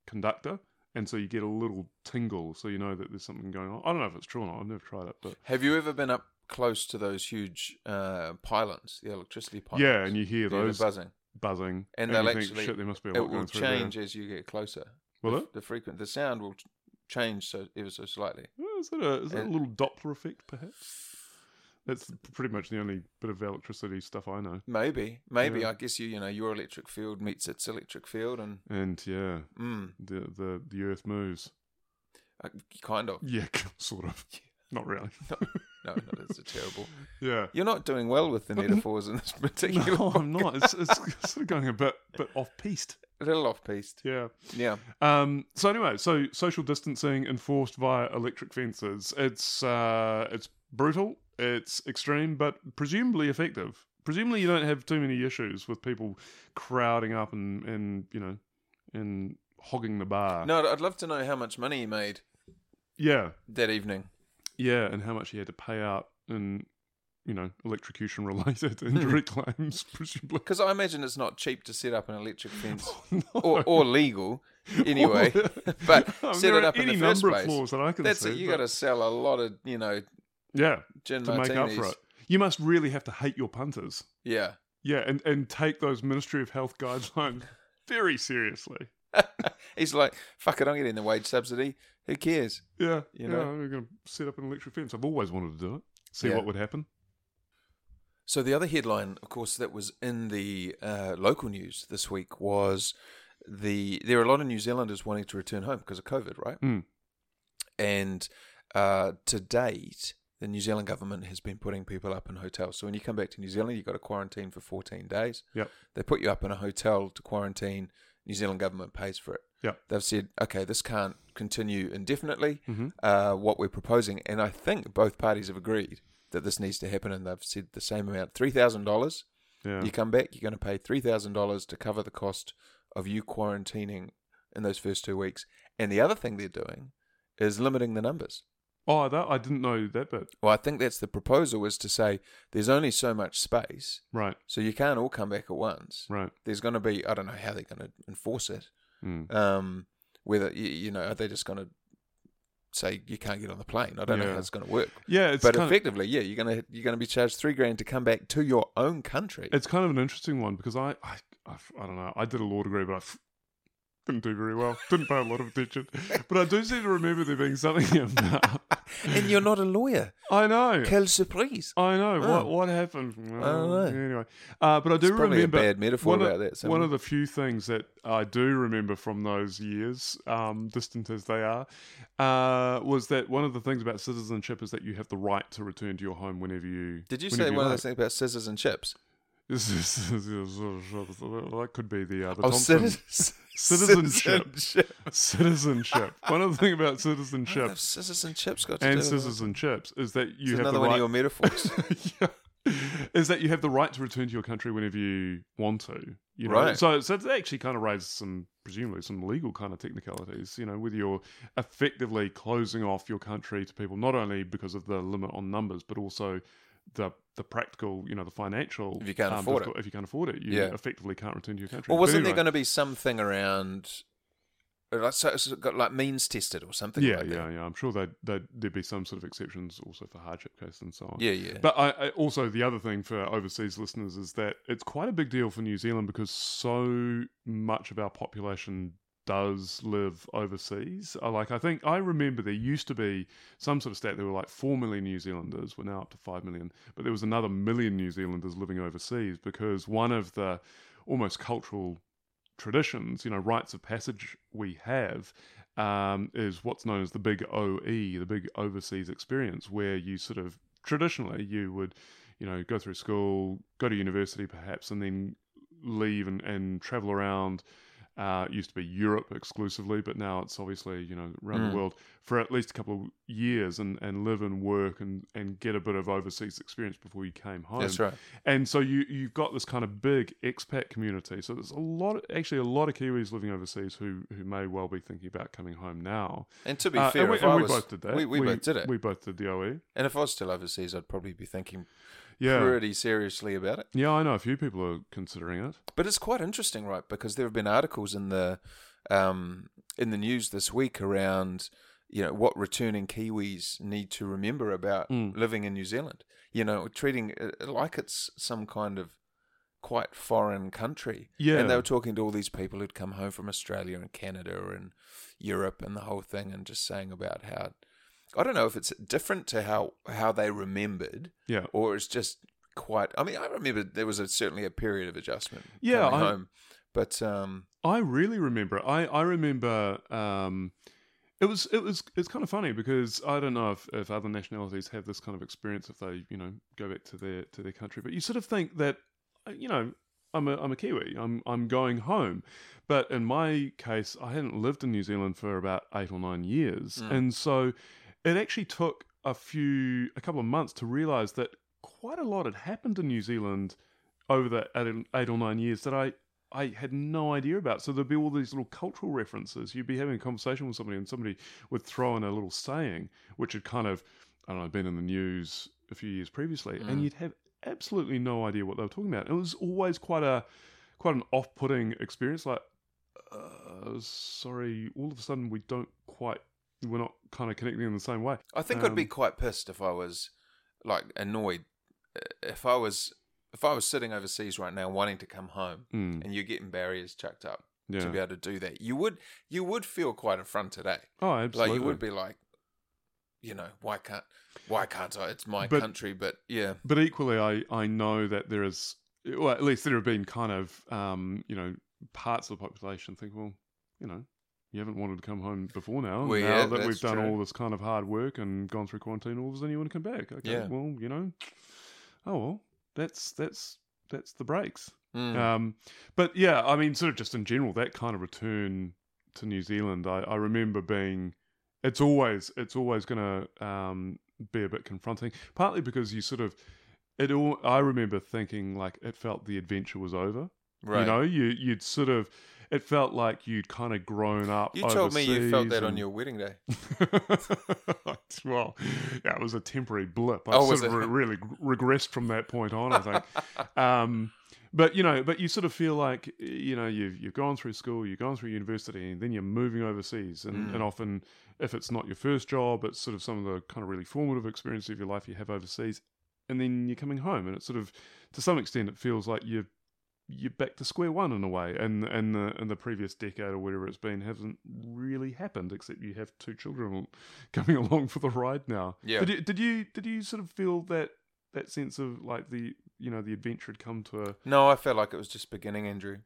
S2: conductor, and so you get a little tingle, so you know that there's something going on. I don't know if it's true or not. I've never tried it, but
S3: Have you ever been up close to those huge uh, pylons, the electricity pylons?
S2: yeah, and you hear
S3: Hear the
S2: those
S3: buzzing.
S2: buzzing,
S3: And
S2: you
S3: they'll
S2: think,
S3: actually-
S2: shit. There must be a lot
S3: It
S2: going
S3: will
S2: through there."
S3: change as you get closer.
S2: Will
S3: the,
S2: it?
S3: The frequent, the sound will ch- change so ever so slightly.
S2: Oh, Is that, a, is that a
S3: Uh,
S2: little Doppler effect, perhaps? That's pretty much the only bit of electricity stuff I know.
S3: Maybe, maybe
S2: Yeah.
S3: I guess you, you know, your electric field meets its electric field, and
S2: And yeah,
S3: mm,
S2: the the, the Earth moves.
S3: uh, kind of.
S2: Yeah, sort of. Not really.
S3: No, no, that's a terrible.
S2: Yeah.
S3: You're not doing well with the metaphors in this particular.
S2: No, I'm not. It's, it's sort of going a bit bit off piste.
S3: A little off piste.
S2: Yeah.
S3: Yeah.
S2: Um. So anyway, so social distancing enforced via electric fences. It's uh, it's brutal. It's extreme, but presumably effective. Presumably, you don't have too many issues with people crowding up and and you know and hogging the bar.
S3: No, I'd love to know how much money he made
S2: Yeah,
S3: that evening.
S2: yeah, and how much he had to pay out in you know electrocution related injury
S3: Hmm.
S2: claims. Presumably.
S3: Because I imagine it's not cheap to set up an electric fence
S2: No.
S3: or, or legal anyway. but
S2: I mean,
S3: set
S2: there
S3: it
S2: are
S3: up in
S2: any
S3: the first
S2: number
S3: place.
S2: of flaws that I can
S3: That's
S2: see.
S3: it. You
S2: but-
S3: got to sell a lot of you know
S2: yeah
S3: gin
S2: to
S3: martinis.
S2: make up for it. You must really have to hate your punters.
S3: Yeah.
S2: Yeah, and, and take those Ministry of Health guidelines very seriously.
S3: He's like, fuck it, I'm getting the wage subsidy. Who cares?
S2: Yeah, yeah,
S3: You know?
S2: I'm going to set up an electric fence. I've always wanted to do it. See
S3: Yeah.
S2: what would happen.
S3: So the other headline, of course, that was in the uh, local news this week was the there are a lot of New Zealanders wanting to return home because of COVID, right?
S2: Mm.
S3: And uh, to date, the New Zealand government has been putting people up in hotels. So when you come back to New Zealand, you've got to quarantine for 14 days.
S2: Yep.
S3: They put you up in a hotel to quarantine. New Zealand government pays for it.
S2: Yep.
S3: They've said, okay, this can't continue indefinitely.
S2: Mhm.
S3: Uh, what we're proposing, and I think both parties have agreed that this needs to happen, and they've said the same amount, three thousand dollars.
S2: Yeah,
S3: You come back, you're going to pay three thousand dollars to cover the cost of you quarantining in those first two weeks. And the other thing they're doing is limiting the numbers.
S2: Oh, that I didn't know that bit.
S3: Well, I think that's the proposal is to say there's only so much space,
S2: Right,
S3: so you can't all come back at once.
S2: right.
S3: There's going to be I don't know how they're going to enforce it.
S2: Mm.
S3: Um, whether y- you know are they just going to say you can't get on the plane? I don't know
S2: Yeah.
S3: how it's going to work.
S2: Yeah, it's
S3: but
S2: kind of,
S3: effectively, yeah, you're going to you're going to be charged three grand to come back to your own country.
S2: it's kind of an interesting one because I, I, I, I don't know. I did a law degree, but I f- didn't do very well. Didn't pay a lot of attention, but I do seem to remember there being something about.
S3: and you're not a lawyer.
S2: I know.
S3: Quelle surprise!
S2: I know what
S3: Oh.
S2: what happened.
S3: don't know.
S2: Anyway, uh, but I do
S3: It's probably
S2: remember
S3: a bad metaphor
S2: one of-
S3: about that. So
S2: One of the few things that I do remember from those years, um, distant as they are, uh, was that one of the things about citizenship is that you have the right to return to your home whenever you.
S3: Did you
S2: whenever
S3: say one
S2: like.
S3: of those things about scissors and chips?
S2: This is- this is- that could be the, uh, the
S3: Oh,
S2: Thompson
S3: citizens,
S2: Citizenship.
S3: citizenship.
S2: citizenship. One other thing about
S3: What
S2: citizenship
S3: have scissors and chips got to do
S2: and
S3: with it?
S2: scissors and chips is that you
S3: It's
S2: have
S3: another
S2: the
S3: one
S2: right.
S3: of your metaphors.
S2: Yeah. Is that you have the right to return to your country whenever you want to, you know?
S3: Right.
S2: So, so that actually kind of raises some, presumably, some legal kind of technicalities, you know, with your effectively closing off your country to people, not only because of the limit on numbers, but also the the practical, you know, the financial. um,
S3: If you can't afford it.
S2: difficult- If you can't afford it, you
S3: Yeah.
S2: effectively can't return to your country.
S3: well,
S2: But
S3: wasn't there
S2: anyway,
S3: going to be something around? Like, so it's got like means tested or something.
S2: Yeah,
S3: like
S2: yeah,
S3: that.
S2: yeah. I'm sure that there'd be some sort of exceptions also for hardship cases and so on.
S3: yeah, yeah.
S2: But I, I also the other thing for overseas listeners is that it's quite a big deal for New Zealand because so much of our population does live overseas. I Like I think I remember there used to be some sort of stat there were like four million New Zealanders. We're now up to five million, but there was another million New Zealanders living overseas because one of the almost cultural traditions, you know, rites of passage we have um, is what's known as the big OE, the big overseas experience, where you sort of traditionally you would, you know, go through school, go to university perhaps, and then leave and, and travel around. Uh, it used to be Europe exclusively, but now it's obviously you know around
S3: Mm.
S2: the world for at least a couple of years and, and live and work and, and get a bit of overseas experience before you came home
S3: That's right.
S2: and so you you've got this kind of big expat community. So there's a lot, actually, a lot of Kiwis living overseas who who may well be thinking about coming home now.
S3: And to be
S2: Uh,
S3: fair,
S2: and we,
S3: if
S2: and
S3: I
S2: we
S3: was,
S2: both did that.
S3: We, we, both did it.
S2: We both did the OE.
S3: and if I was still overseas, I'd probably be thinking
S2: Yeah,
S3: pretty seriously about it.
S2: yeah. I know a few people are considering it.
S3: But it's quite interesting, right? Because there have been articles in the um, in the news this week around you know what returning Kiwis need to remember about
S2: Mm.
S3: living in New Zealand. You know, treating it like it's some kind of quite foreign country.
S2: Yeah.
S3: and they were talking to all these people who'd come home from Australia and Canada and Europe and the whole thing, and just saying about how I don't know if it's different to how how they remembered
S2: Yeah,
S3: or it's just quite. I mean, I remember there was a, certainly a period of adjustment.
S2: Yeah,
S3: coming
S2: I-
S3: home, but um,
S2: I really remember. it. I I remember. Um, it was it was it's kind of funny because I don't know if, if other nationalities have this kind of experience if they you know go back to their to their country, but you sort of think that uh, you know I'm a I'm a Kiwi. I'm I'm going home, but in my case, I hadn't lived in New Zealand for about eight or nine years,
S3: Mm.
S2: and so it actually took a few a couple of months to realise that quite a lot had happened in New Zealand over the eight, eight or nine years that I I had no idea about. So there'd be all these little cultural references. You'd be having a conversation with somebody, and somebody would throw in a little saying, which had kind of, I don't know, been in the news a few years previously,
S3: Mm.
S2: and you'd have absolutely no idea what they were talking about. It was always quite a, quite an off-putting experience. Like, uh, sorry, all of a sudden we don't quite, we're not kind of connecting in the same way.
S3: I think I'd be
S2: Um,
S3: quite pissed if I was like annoyed if I was if I was sitting overseas right now wanting to come home
S2: Hmm,
S3: and you're getting barriers chucked up to be
S2: yeah.
S3: able to do that. You would you would feel quite affronted, eh?
S2: Oh, absolutely.
S3: Like you would be like, you know, why can't why can't I? It's my
S2: But-
S3: country, but yeah,
S2: but equally, I I know that there is, well, at least there have been kind of, um, you know, parts of the population think, well, you know, you haven't wanted to come home before now.
S3: Well,
S2: now
S3: yeah,
S2: that we've
S3: that's
S2: done
S3: true.
S2: all this kind of hard work and gone through quarantine, all of a sudden you want to come back. Okay,
S3: Yeah.
S2: well, you know, oh well, that's that's that's the breaks.
S3: Mm.
S2: Um, but yeah, I mean, sort of just in general, that kind of return to New Zealand, I, I remember being. It's always it's always going to um, be a bit confronting, partly because you sort of it all. I remember thinking like it felt the adventure was over.
S3: right.
S2: You know, you you'd sort of it felt like you'd kind of grown up.
S3: You told me you felt
S2: overseas
S3: that on
S2: and-
S3: your wedding day.
S2: well, yeah, it was a temporary blip. I
S3: Oh, was
S2: sort of
S3: it?
S2: re- really g- regressed from that point on. I think. um, but you know, but you sort of feel like you know you've you've gone through school, you've gone through university, and then you're moving overseas, and,
S3: Mm.
S2: and often if it's not your first job, it's sort of some of the kind of really formative experiences of your life you have overseas, and then you're coming home, and it's sort of to some extent it feels like you're you're back to square one in a way, and and the and the previous decade or whatever it's been hasn't really happened, except you have two children coming along for the ride now.
S3: Yeah.
S2: Did you did you did you sort of feel that that sense of like the you know the adventure had come to a?
S3: No, I felt like it was just beginning, Andrew.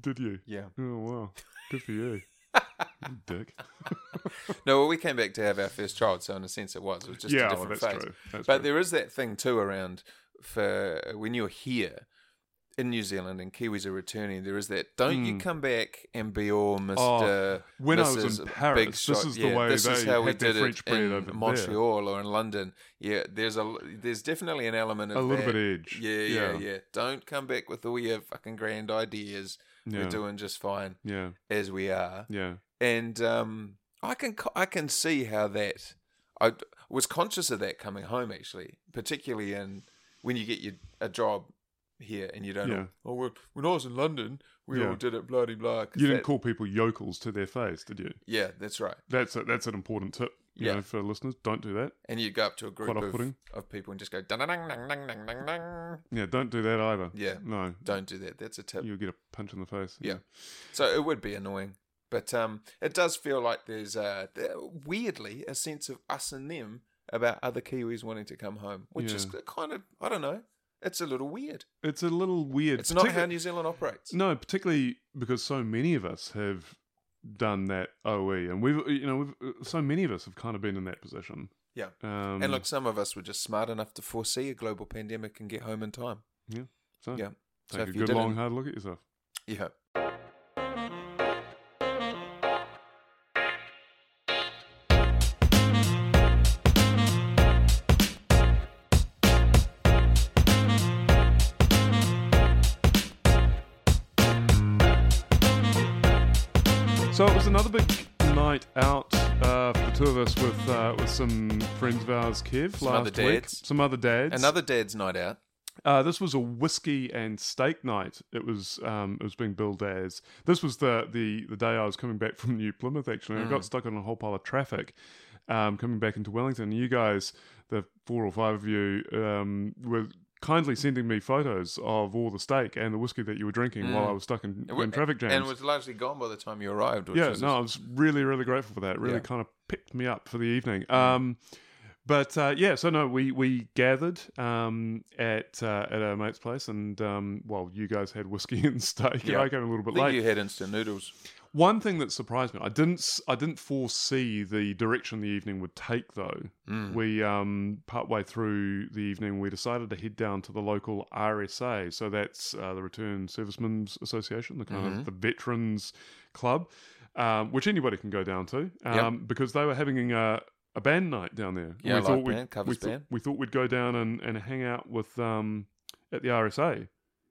S2: Did you?
S3: Yeah.
S2: Oh wow, good for you, You dick.
S3: No, well, we came back to have our first child, so in a sense it was. It was just
S2: yeah,
S3: a
S2: well,
S3: different
S2: that's
S3: phase.
S2: true. That's
S3: But
S2: true.
S3: there is that thing too around for when you're here in New Zealand and Kiwis are returning, there is that don't you
S2: Mm. Oh,
S3: come back and be all Mr.
S2: when I was
S3: Mrs.
S2: in
S3: Big
S2: Paris, this
S3: Shot."
S2: is the way
S3: this is
S2: they
S3: how we
S2: had their
S3: did
S2: French
S3: it
S2: bread
S3: in
S2: over there.
S3: Montreal or in London. Yeah, there's a there's definitely an element of
S2: a little
S3: that.
S2: bit edge.
S3: Yeah, yeah,
S2: yeah,
S3: yeah, Don't come back with all your fucking grand ideas.
S2: yeah,
S3: We're doing just fine
S2: yeah,
S3: as we are
S2: yeah.
S3: and um, I can co- I can see how that I d- was conscious of that coming home actually, particularly in when you get your a job here and you don't.
S2: Yeah.
S3: Oh, well, when I was in London, we
S2: Yeah.
S3: all did it bloody blah. 'cause
S2: You didn't
S3: that-
S2: call people yokels to their face, did you?
S3: Yeah, that's right.
S2: That's a, that's an important tip, you
S3: Yeah.
S2: know, for listeners. Don't do that.
S3: And you go up to a group
S2: Quite
S3: of,
S2: off-putting.
S3: of people and just go dun dun dun dun dun dun dun dun.
S2: Yeah, don't do that either.
S3: Yeah.
S2: No,
S3: Don't do that. That's a tip.
S2: you'll get a punch in the face.
S3: Yeah. So it would be annoying, but um, it does feel like there's uh, th- weirdly a sense of us and them about other Kiwis wanting to come home, which is
S2: Yeah.
S3: kind of I don't know. It's a little weird.
S2: It's a little weird.
S3: It's not how
S2: particularly-
S3: New Zealand operates.
S2: No, particularly because so many of us have done that OE, and we've you know we've, uh, so many of us have kind of been in that position.
S3: Yeah.
S2: Um,
S3: And look, some of us were just smart enough to foresee a global pandemic and get home in time.
S2: so
S3: yeah. so
S2: Oh, Take
S3: if
S2: a
S3: you
S2: good long
S3: didn't-
S2: hard look at yourself.
S3: Yeah.
S2: So it was another big night out uh, for the two of us with uh, with some friends of ours, Kev,
S3: Some
S2: last
S3: other
S2: week.
S3: dads.
S2: Some other dads.
S3: Another dad's night out.
S2: Uh, this was a whiskey and steak night. It was um, it was being billed as. This was the the the day I was coming back from New Plymouth. Actually, I
S3: Mm.
S2: got stuck on a whole pile of traffic um, coming back into Wellington. You guys, the four or five of you, um, were kindly sending me photos of all the steak and the whiskey that you were drinking while I was stuck in, in traffic jams.
S3: Mm. And was largely gone by the time you arrived. Which
S2: Yeah,
S3: was
S2: no, I was really, really grateful for that. It Really
S3: Yeah.
S2: kind of picked me up for the evening. Um, but uh, yeah, so no, we we gathered um, at uh, at our mate's place, and um, well, you guys had whiskey and steak,
S3: Yeah.
S2: and I came a little
S3: I
S2: bit
S3: think
S2: late.
S3: you had instant noodles.
S2: One thing that surprised me, I didn't s- I didn't foresee the direction the evening would take, though.
S3: Mm.
S2: We um, partway through the evening, we decided to head down to the local RSA. So that's uh, the Return Servicemen's Association, the kind
S3: Mhm.
S2: of the veterans club, um, which anybody can go down to, um, because they were having a, a band night down there.
S3: Yeah, I like
S2: we'd-
S3: band, covers
S2: we, thought-
S3: band.
S2: we thought we'd go down and, and hang out with um, at the RSA.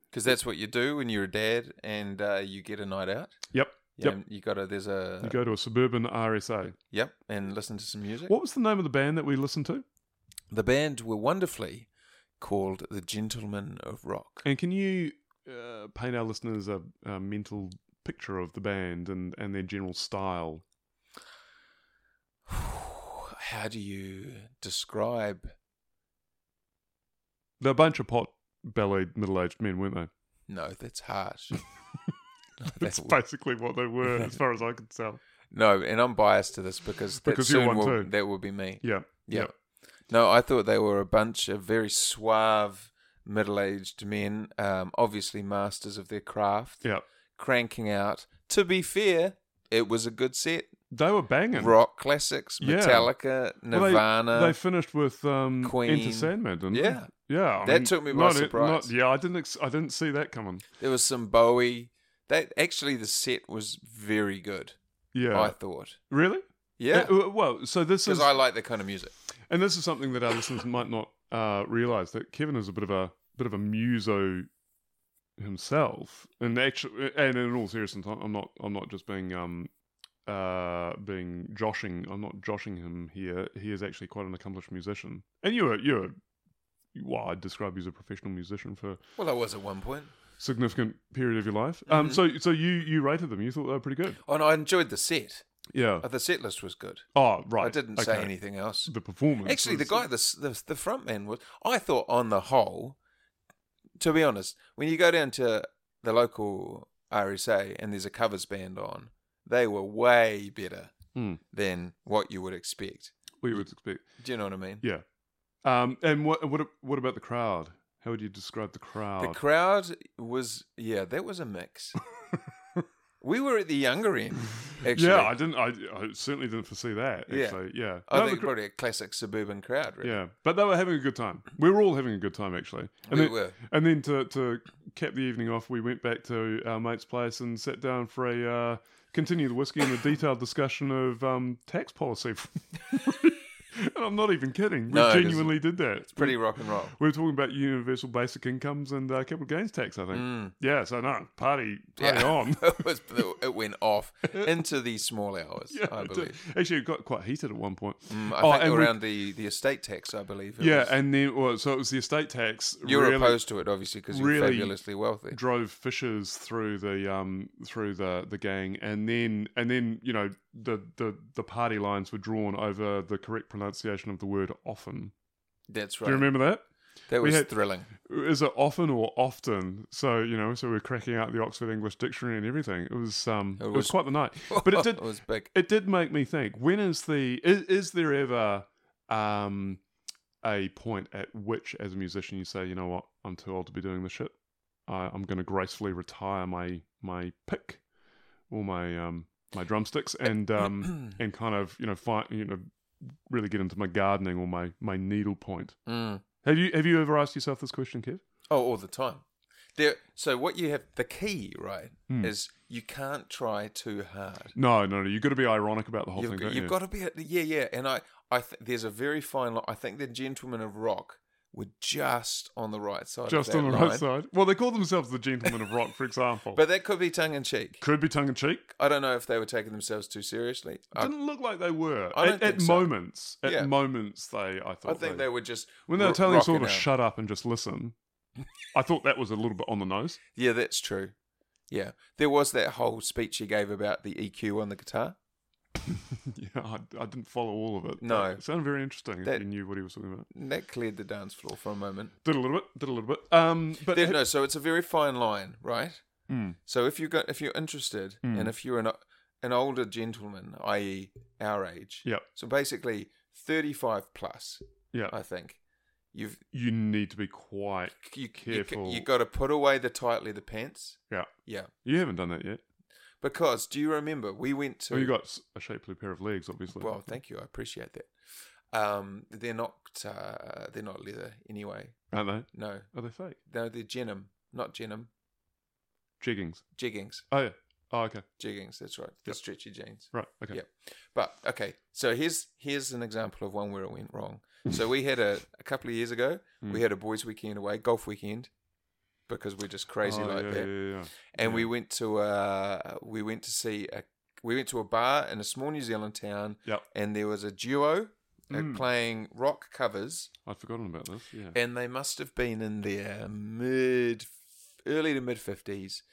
S3: Because that's what you do when you're a dad and uh, you get a night out.
S2: Yep,
S3: You,
S2: Yep.
S3: you gotta there's a
S2: you go to a suburban RSA.
S3: Yep, and listen to some music.
S2: What was the name of the band that we listened to?
S3: The band were wonderfully called the Gentlemen of Rock.
S2: And can you uh, paint our listeners a, a mental picture of the band and, and their general style?
S3: How do you describe?
S2: They're a bunch of pot bellied middle aged men, weren't they?
S3: No, that's harsh. No,
S2: That's
S3: that's
S2: basically what they were, as far as I could tell.
S3: no, and I'm biased to this because that
S2: Because you're
S3: soon
S2: one
S3: will,
S2: too.
S3: that will be me.
S2: Yeah.
S3: Yeah. No, I thought they were a bunch of very suave, middle-aged men, um, obviously masters of their craft,
S2: Yeah.
S3: cranking out. To be fair, it was a good set.
S2: They were banging.
S3: Rock classics,
S2: Yeah.
S3: Metallica,
S2: Well, they-
S3: Nirvana.
S2: They, finished with um,
S3: Queen.
S2: Enter Sandman, didn't they?
S3: Yeah.
S2: Yeah. I
S3: That took me by
S2: not-
S3: surprise.
S2: not- yeah, I didn't, ex- I didn't see that coming.
S3: There was some Bowie. That actually, the set was very good.
S2: Yeah.
S3: I thought,
S2: really?
S3: yeah,
S2: Uh, well, so this
S3: because
S2: is.
S3: I like that kind of music.
S2: And this is something that our listeners might not uh, realize that Kevin is a bit of a bit of a muso himself, and actually, and in all seriousness, I'm not I'm not just being um uh being joshing. I'm not joshing him here. He is actually quite an accomplished musician, and you're you're well, I'd describe you as a professional musician for a
S3: Well, I was at one point.
S2: significant period of your life. Um,
S3: Mm-hmm.
S2: so so you you rated them. You thought they were pretty good.
S3: Oh, and I enjoyed the set.
S2: Yeah.
S3: Uh, The set list was good.
S2: Oh right.
S3: I didn't say
S2: Okay.
S3: anything else.
S2: The performance.
S3: Actually, the
S2: was-
S3: guy, the, s- the the front man was. I thought, on the whole, to be honest, when you go down to the local RSA and there's a covers band on, they were way better
S2: Hmm.
S3: than what you would expect.
S2: What you would expect.
S3: Do you know what I mean?
S2: Yeah. Um, and what what what about the crowd? How would you describe the crowd?
S3: The crowd was, yeah, that was a mix. we were at the younger end, actually.
S2: yeah, I didn't. I, I certainly didn't foresee that.
S3: Yeah.
S2: Actually, yeah.
S3: I
S2: No,
S3: think
S2: the cr-
S3: probably a classic suburban crowd, really.
S2: yeah, but they were having a good time. We were all having a good time actually. And
S3: we
S2: then,
S3: were.
S2: and then to to cap the evening off, we went back to our mate's place and sat down for a uh, continue the whiskey and a detailed discussion of um, tax policy. and I'm not even kidding. We
S3: No, it isn't.
S2: genuinely did that. It's
S3: Pretty rock and roll.
S2: We were talking about universal basic incomes and uh, capital gains tax. I think.
S3: Mm.
S2: Yeah. So no party party
S3: Yeah.
S2: on.
S3: it, was, it went off into the small hours,
S2: Yeah,
S3: I
S2: it did.
S3: believe.
S2: Actually, it got quite heated at one point.
S3: Mm, I
S2: Oh, and
S3: think
S2: we-
S3: around the, the estate tax, I believe. it
S2: yeah,
S3: was.
S2: and then well, so it was the estate tax
S3: you're
S2: really
S3: opposed to it, obviously, because you're
S2: really-
S3: fabulously wealthy.
S2: drove fishers through the um through the the gang, and then and then you know the the the party lines were drawn over the correct pronunciation of the word often.
S3: That's
S2: Do
S3: right.
S2: you remember that?
S3: that
S2: we
S3: was
S2: had-
S3: thrilling.
S2: Is it often or often? So you know, so we're cracking out the Oxford English Dictionary and everything. It was um
S3: It
S2: it was,
S3: was-
S2: quite the night, but it did
S3: it was big.
S2: it did make me think when is the is, is there ever um a point at which as a musician you say you know what i'm too old to be doing this shit I, i'm going to gracefully retire my my pick or my um my drumsticks and um and kind of you know find you know really get into my gardening or my my needle point
S3: Mm.
S2: have you have you ever asked yourself this question kev
S3: Oh, all the time. There, so what you have the key right
S2: Mm.
S3: is you can't try too hard.
S2: no no no you've got to be ironic about the whole
S3: You've,
S2: thing
S3: got,
S2: don't
S3: you've
S2: you?
S3: got to be at the- yeah yeah. And I I th- there's a very fine line. I think the gentlemen of rock were just on the right side.
S2: just
S3: of that
S2: on the
S3: line.
S2: right side well they call themselves the gentlemen of rock for example
S3: But that could be tongue in cheek.
S2: could be tongue-in-cheek
S3: I don't know if they were taking themselves too seriously. I,
S2: didn't look like they were
S3: I don't
S2: at,
S3: think
S2: at
S3: so.
S2: moments. At
S3: Yeah.
S2: moments, they I
S3: I
S2: thought
S3: think
S2: they,
S3: they were just
S2: when they were
S3: ro-
S2: telling us all
S3: rocking
S2: to
S3: out.
S2: shut up and just listen. I thought that was a little bit on the nose.
S3: Yeah, that's true. Yeah, there was that whole speech he gave about the EQ on the guitar.
S2: yeah, I, I didn't follow all of it. but
S3: No.
S2: it sounded very interesting.
S3: That-
S2: if you knew what he was talking about.
S3: And that cleared the dance floor for a moment.
S2: Did a little bit. Did a little bit. Um, but
S3: But no, so it's a very fine line, right?
S2: Mm.
S3: So if you got if you're interested,
S2: Mm.
S3: and if you're an an older gentleman, i.e., our age,
S2: Yep.
S3: So basically, thirty-five plus,
S2: yeah,
S3: I think you've
S2: you need to be quite.
S3: you
S2: Careful.
S3: You, you got to put away the tightly the pants.
S2: Yeah,
S3: Yeah,
S2: you haven't done that yet.
S3: because do you remember we went to
S2: Well, Oh, you got s- a shapely pair of legs, obviously.
S3: Well, thank you. I appreciate that. Um, they're not uh, they're not leather anyway.
S2: aren't they?
S3: No,
S2: Are they fake?
S3: no, they're denim, not denim.
S2: Jiggings.
S3: Jiggings,
S2: Oh yeah. Oh okay.
S3: jiggings. That's right. The stretchy jeans.
S2: Right. Okay.
S3: Yep. But okay, so here's here's an example of one where it went wrong. So we had a a couple of years ago,
S2: Hmm.
S3: we had a boys' weekend away, golf weekend, because we're just crazy
S2: Oh,
S3: like
S2: yeah,
S3: that.
S2: yeah, yeah.
S3: And we went to uh we went to see a we went to a bar in a small New Zealand town,
S2: Yep.
S3: and there was a duo uh,
S2: Mm.
S3: playing rock covers.
S2: I'd forgotten about this. Yeah.
S3: and they must have been in their mid, early to mid fifties,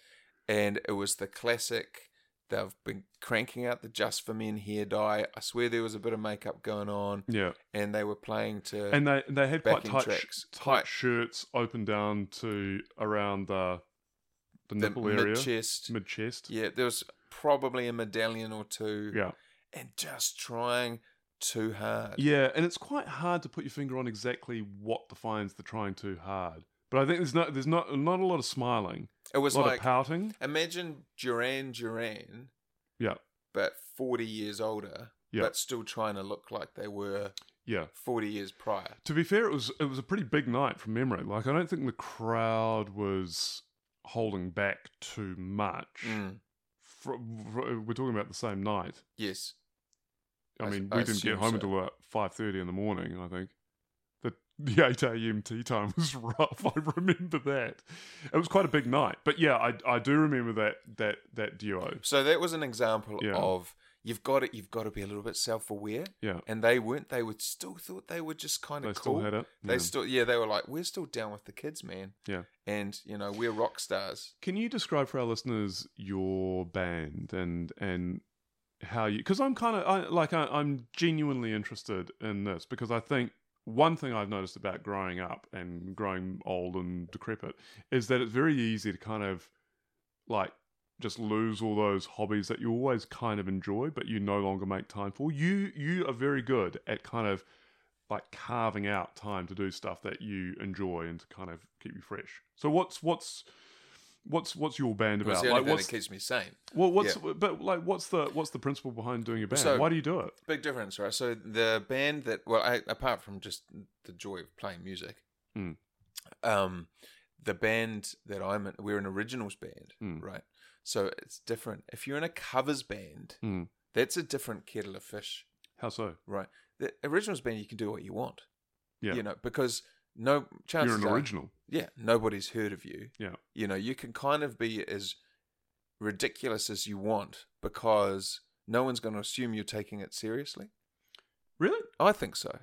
S3: and it was the classic. They've been cranking out the Just for Men hair dye. I swear there was a bit of makeup going on,
S2: yeah.
S3: and they were playing to.
S2: and they they had quite
S3: Uh, backing
S2: tight,
S3: tracks.
S2: sh- tight
S3: Quite-
S2: shirts open down to around the the
S3: the
S2: nipple area,
S3: mid-chest.
S2: mid chest.
S3: yeah, there was probably a medallion or two,
S2: Yeah,
S3: and just trying too hard.
S2: yeah, and it's quite hard to put your finger on exactly what defines the trying too hard. But I think there's not there's not not a lot of smiling,
S3: It was
S2: a lot
S3: like
S2: of pouting.
S3: imagine Duran Duran,
S2: Yeah,
S3: but forty years older,
S2: Yeah.
S3: but still trying to look like they were
S2: yeah.
S3: forty years prior.
S2: To be fair, it was it was a pretty big night from memory. Like I don't think the crowd was holding back too much.
S3: Mm.
S2: Fr- fr- we're talking about the same night.
S3: Yes.
S2: I
S3: I-
S2: mean,
S3: I
S2: we didn't
S3: assume
S2: get home uh,
S3: so.
S2: until about five thirty in the morning. I think the the 8 a.m. tea time was rough. I remember that. It was quite a big night. But yeah, I, I do remember that that that duo.
S3: So that was an example
S2: Yeah.
S3: of you've got it. You've got to be a little bit self-aware.
S2: Yeah.
S3: And they weren't. They would still thought they were just kind
S2: They
S3: of
S2: still
S3: cool.
S2: had it.
S3: They
S2: Yeah.
S3: still, yeah, they were like, we're still down with the kids, man.
S2: Yeah.
S3: And you know, we're rock stars.
S2: Can you describe for our listeners your band and and how you? Because I'm kind of I, like I, I'm genuinely interested in this because I think one thing I've noticed about growing up and growing old and decrepit is that it's very easy to kind of like just lose all those hobbies that you always kind of enjoy but you no longer make time for. You you are very good at kind of like carving out time to do stuff that you enjoy and to kind of keep you fresh. So what's what's what's what's your band
S3: It's
S2: about?
S3: the only
S2: Like
S3: thing that
S2: what's
S3: keeps me sane.
S2: well, what's but like what's the what's the principle behind doing a band?
S3: So-
S2: Why do you do it?
S3: Big difference, right? So the band that, well, I, apart from just the joy of playing music,
S2: Mm.
S3: um, the band that I'm in, we're an originals band,
S2: Mm.
S3: right? So it's different. If you're in a covers band,
S2: Mm.
S3: that's a different kettle of fish,
S2: How so?
S3: right? The originals band, you can do what you want,
S2: Yeah.
S3: you know, because no chances
S2: You're an
S3: are-
S2: original.
S3: yeah, nobody's heard of you.
S2: Yeah.
S3: you know, you can kind of be as ridiculous as you want because no one's going to assume you're taking it seriously.
S2: Really?
S3: I think so.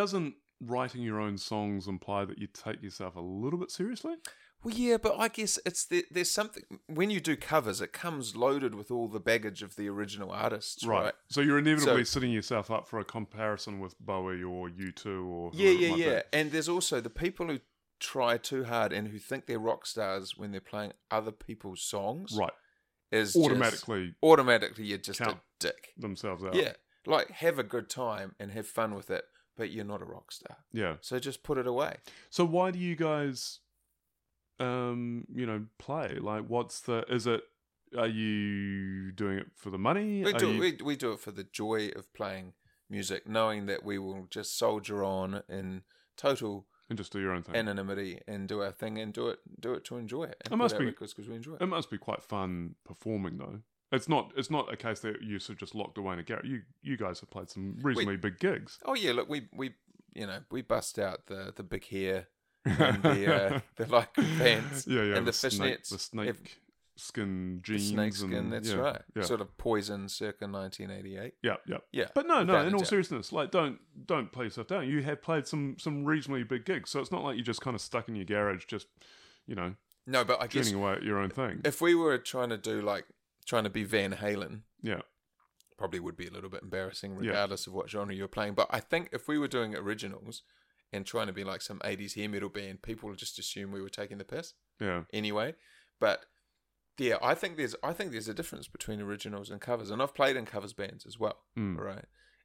S2: Doesn't writing your own songs imply that you take yourself a little bit seriously?
S3: Well, yeah, but I guess it's the, there's something when you do covers, it comes loaded with all the baggage of the original artists, right?
S2: So you're inevitably
S3: So-
S2: setting yourself up for a comparison with Bowie or U2 or
S3: Yeah,
S2: whoever it
S3: yeah,
S2: might
S3: yeah.
S2: be.
S3: And there's also the people who try too hard and who think they're rock stars when they're playing other people's songs.
S2: Right.
S3: is just-
S2: Automatically
S3: automatically, you're just
S2: Count.
S3: a dick.
S2: themselves out.
S3: Yeah, like have a good time and have fun with it, but you're not a rock star.
S2: Yeah.
S3: So just put it away.
S2: So why do you guys um, you know, play? Like what's the is it are you doing it for the money?
S3: We
S2: Are
S3: do
S2: you-
S3: we, we do it for the joy of playing music, knowing that we will just soldier on in total
S2: and just do your own thing.
S3: anonymity and do our thing and do it do it to enjoy it. And
S2: It must
S3: put out
S2: be-
S3: records because we enjoy it.
S2: it must be quite fun performing though. It's not it's not a case that you're sort of just locked away in a garret. You you guys have played some reasonably big gigs.
S3: oh yeah, look, we we you know we bust out the the big hair and the uh, the like pants
S2: Yeah, yeah.
S3: and the,
S2: snake,
S3: fishnets,
S2: The snake
S3: ev-
S2: skin
S3: the
S2: jeans.
S3: snake skin.
S2: and-
S3: that's
S2: yeah,
S3: right.
S2: Yeah,
S3: Sort of poison circa 1988.
S2: yeah, yeah.
S3: Yeah,
S2: But no, no.
S3: without
S2: In
S3: a
S2: all
S3: doubt.
S2: seriousness, like don't don't play yourself down. You have played some some reasonably big gigs, so it's not like you're just kind of stuck in your garage, just you know,
S3: No, but I guess
S2: tuning away at your own thing.
S3: if we were trying to do like trying to be Van Halen,
S2: yeah,
S3: probably would be a little bit embarrassing
S2: Yeah.
S3: regardless of what genre you're playing. But I think if we were doing originals and trying to be like some 80s hair metal band, people would just assume we were taking the piss
S2: yeah,
S3: anyway. But yeah, I think there's I think there's a difference between originals and covers. And I've played in covers bands as well,
S2: Mm.
S3: right?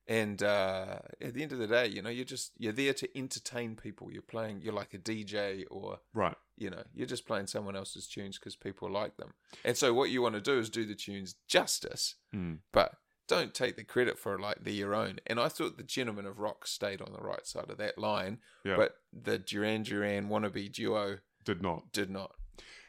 S3: And uh, at the end of the day, you know, you're just you're there to entertain people. You're playing you're like a DJ or
S2: right.
S3: you know, you're just playing someone else's tunes because people like them. And so what you want to do is do the tunes justice
S2: Mm.
S3: but don't take the credit for it like they're your own. And I thought the Gentlemen of Rock stayed on the right side of that line,
S2: Yeah,
S3: but the Duran Duran wannabe duo
S2: did not.
S3: did not.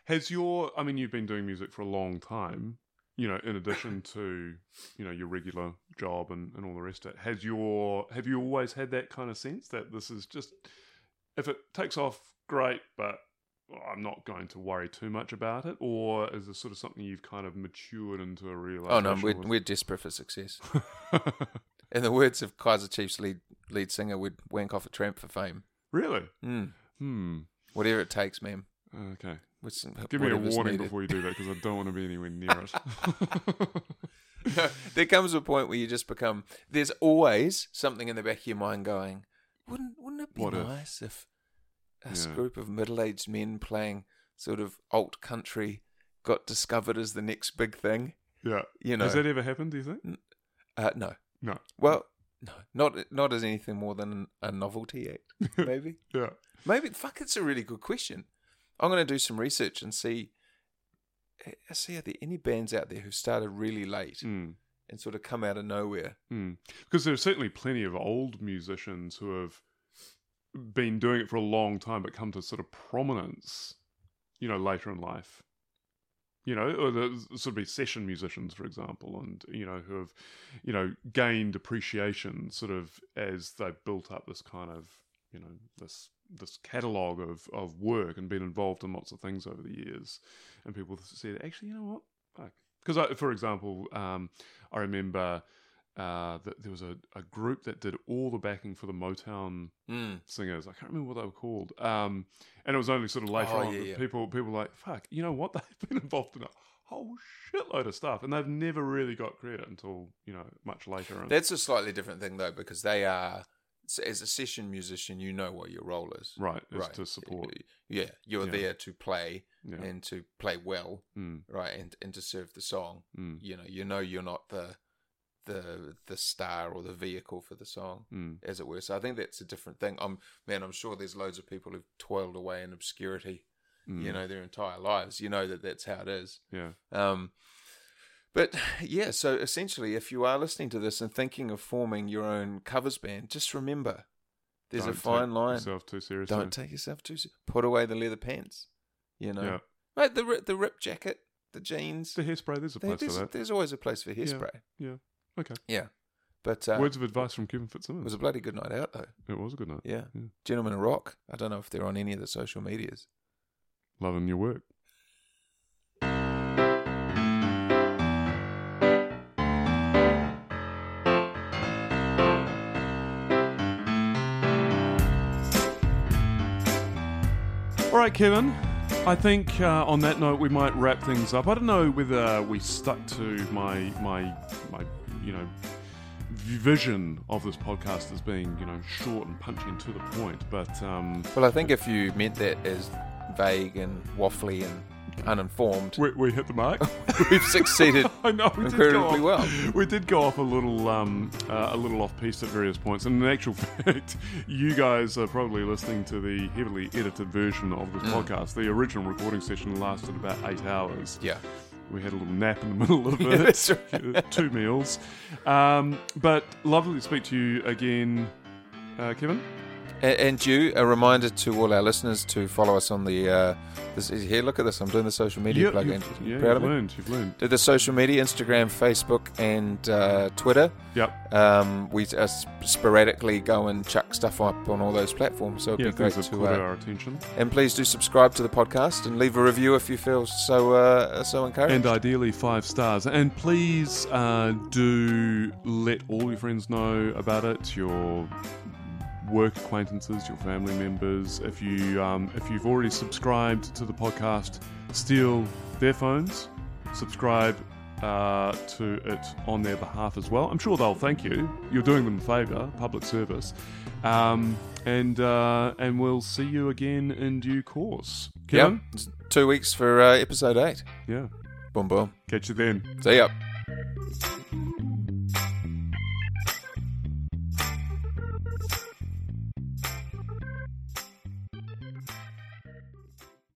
S2: Has your? I mean, you've been doing music for a long time. You know, in addition to you know your regular job and, and all the rest of it, has your have you always had that kind of sense that this is just if it takes off, great, but I'm not going to worry too much about it, or is this sort of something you've kind of matured into a
S3: Oh
S2: realization?
S3: no, we're,
S2: with?
S3: we're desperate for success. In the words of Kaiser Chiefs lead lead singer, we'd wank off a tramp for fame.
S2: really?
S3: Mm,
S2: Hmm.
S3: whatever it takes, ma'am.
S2: Okay.
S3: What's-
S2: Give me a
S3: whatever's
S2: warning
S3: needed.
S2: before you do that because I don't want to be anywhere near it.
S3: there comes a point where you just become. There's always something in the back of your mind going, wouldn't wouldn't it be
S2: What if?
S3: nice if, this
S2: Yeah.
S3: group of middle aged men playing sort of alt country got discovered as the next big thing?
S2: yeah.
S3: You know,
S2: Has that ever happened? Do you think?
S3: uh, no,
S2: No.
S3: well, no, not not as anything more than a novelty act, maybe.
S2: Yeah.
S3: Maybe fuck. It's a really good question. I'm going to do some research and see. eh, See, are there any bands out there who started really late
S2: Mm.
S3: and sort of come out of nowhere?
S2: Because Hmm. there's certainly plenty of old musicians who have been doing it for a long time, but come to sort of prominence, you know, later in life. You know, or the sort of be session musicians, for example, and you know who have, you know, gained appreciation sort of as they built up this kind of you know this this catalog of of work and been involved in lots of things over the years, and people said, actually, you know what? Because, for example, um, I remember uh, that there was a, a group that did all the backing for the Motown
S3: Mm.
S2: singers. I can't remember what they were called. Um, and it was only sort of later
S3: Oh,
S2: on
S3: yeah,
S2: that
S3: yeah.
S2: people people were like, fuck, you know what? They've been involved in a whole shitload of stuff, and they've never really got credit until you know much later. And,
S3: That's a slightly different thing though, because they are s- as a session musician, you know what your role is.
S2: right, is to support.
S3: Yeah, you're
S2: Yeah.
S3: there to play
S2: Yeah.
S3: and to play well,
S2: Mm,
S3: right, and and to serve the song.
S2: mm,
S3: You know, you know you're not the the the star or the vehicle for the song.
S2: mm.
S3: as it were. So I think that's a different thing. I'm man, I'm sure there's loads of people who've toiled away in obscurity,
S2: Mm.
S3: you know, their entire lives. You know that that's how it is.
S2: Yeah.
S3: Um, but yeah, so essentially, if you are listening to this and thinking of forming your own covers band, just remember there's
S2: Don't
S3: a
S2: take
S3: fine line.
S2: Yourself too seriously.
S3: Don't take yourself too seriously. Put away the leather pants. You know,
S2: Yeah.
S3: Mate, the ri- the rip jacket, the jeans.
S2: The hairspray. There's a
S3: There-
S2: place
S3: there's,
S2: for that.
S3: there's always a place for hairspray.
S2: Yeah. Okay.
S3: Yeah, but uh,
S2: Words of advice from Kevin
S3: it
S2: Fitzsimmons.
S3: was a bloody good night out though.
S2: it was a good night.
S3: Yeah.
S2: Yeah.
S3: Hmm. Gentlemen Rock. I don't know if they're on any of the social medias.
S2: Loving your work. All right, Kevin. I think uh, on that note we might wrap things up. I don't know whether we stuck to my my my you know vision of this podcast as being you know short and punchy and to the point, but um,
S3: Well, I think if you meant that as vague and waffly and uninformed,
S2: we, we hit the mark.
S3: we've succeeded.
S2: I know we did go
S3: Incredibly
S2: off,
S3: well.
S2: We did go off a little, um, uh, a little off piece at various points. And in actual fact, you guys are probably listening to the heavily edited version of this podcast. The original recording session lasted about eight hours.
S3: Yeah.
S2: We had a little nap in the middle of it. Uh,
S3: that's
S2: Two meals. Um, but lovely to speak to you again, uh, Kevin.
S3: A- And you, a reminder to all our listeners to follow us on the. Uh, this is here. Look at this. I'm doing the social media
S2: Yeah,
S3: plug.
S2: you've,
S3: in.
S2: yeah,
S3: Proud of
S2: you've
S3: me.
S2: learned. You've learned.
S3: To the social media, Instagram, Facebook, and uh, Twitter.
S2: Yep.
S3: Um, we uh, sp- sporadically go and chuck stuff up on all those platforms. So it'd
S2: Yeah,
S3: be great
S2: things have
S3: to
S2: caught
S3: uh,
S2: our attention.
S3: And please do subscribe to the podcast and leave a review if you feel so uh, so encouraged.
S2: and ideally five stars. And please uh, do let all your friends know about it. Your work acquaintances, your family members. If you um, if you've already subscribed to the podcast, steal their phones. Subscribe uh, to it on their behalf as well. I'm sure they'll thank you. You're doing them a favour, public service. Um, and uh, and we'll see you again in due course.
S3: Yep.
S2: Kevin?
S3: Two weeks for uh, episode eight.
S2: Yeah.
S3: Boom, boom.
S2: Catch you then.
S3: See ya.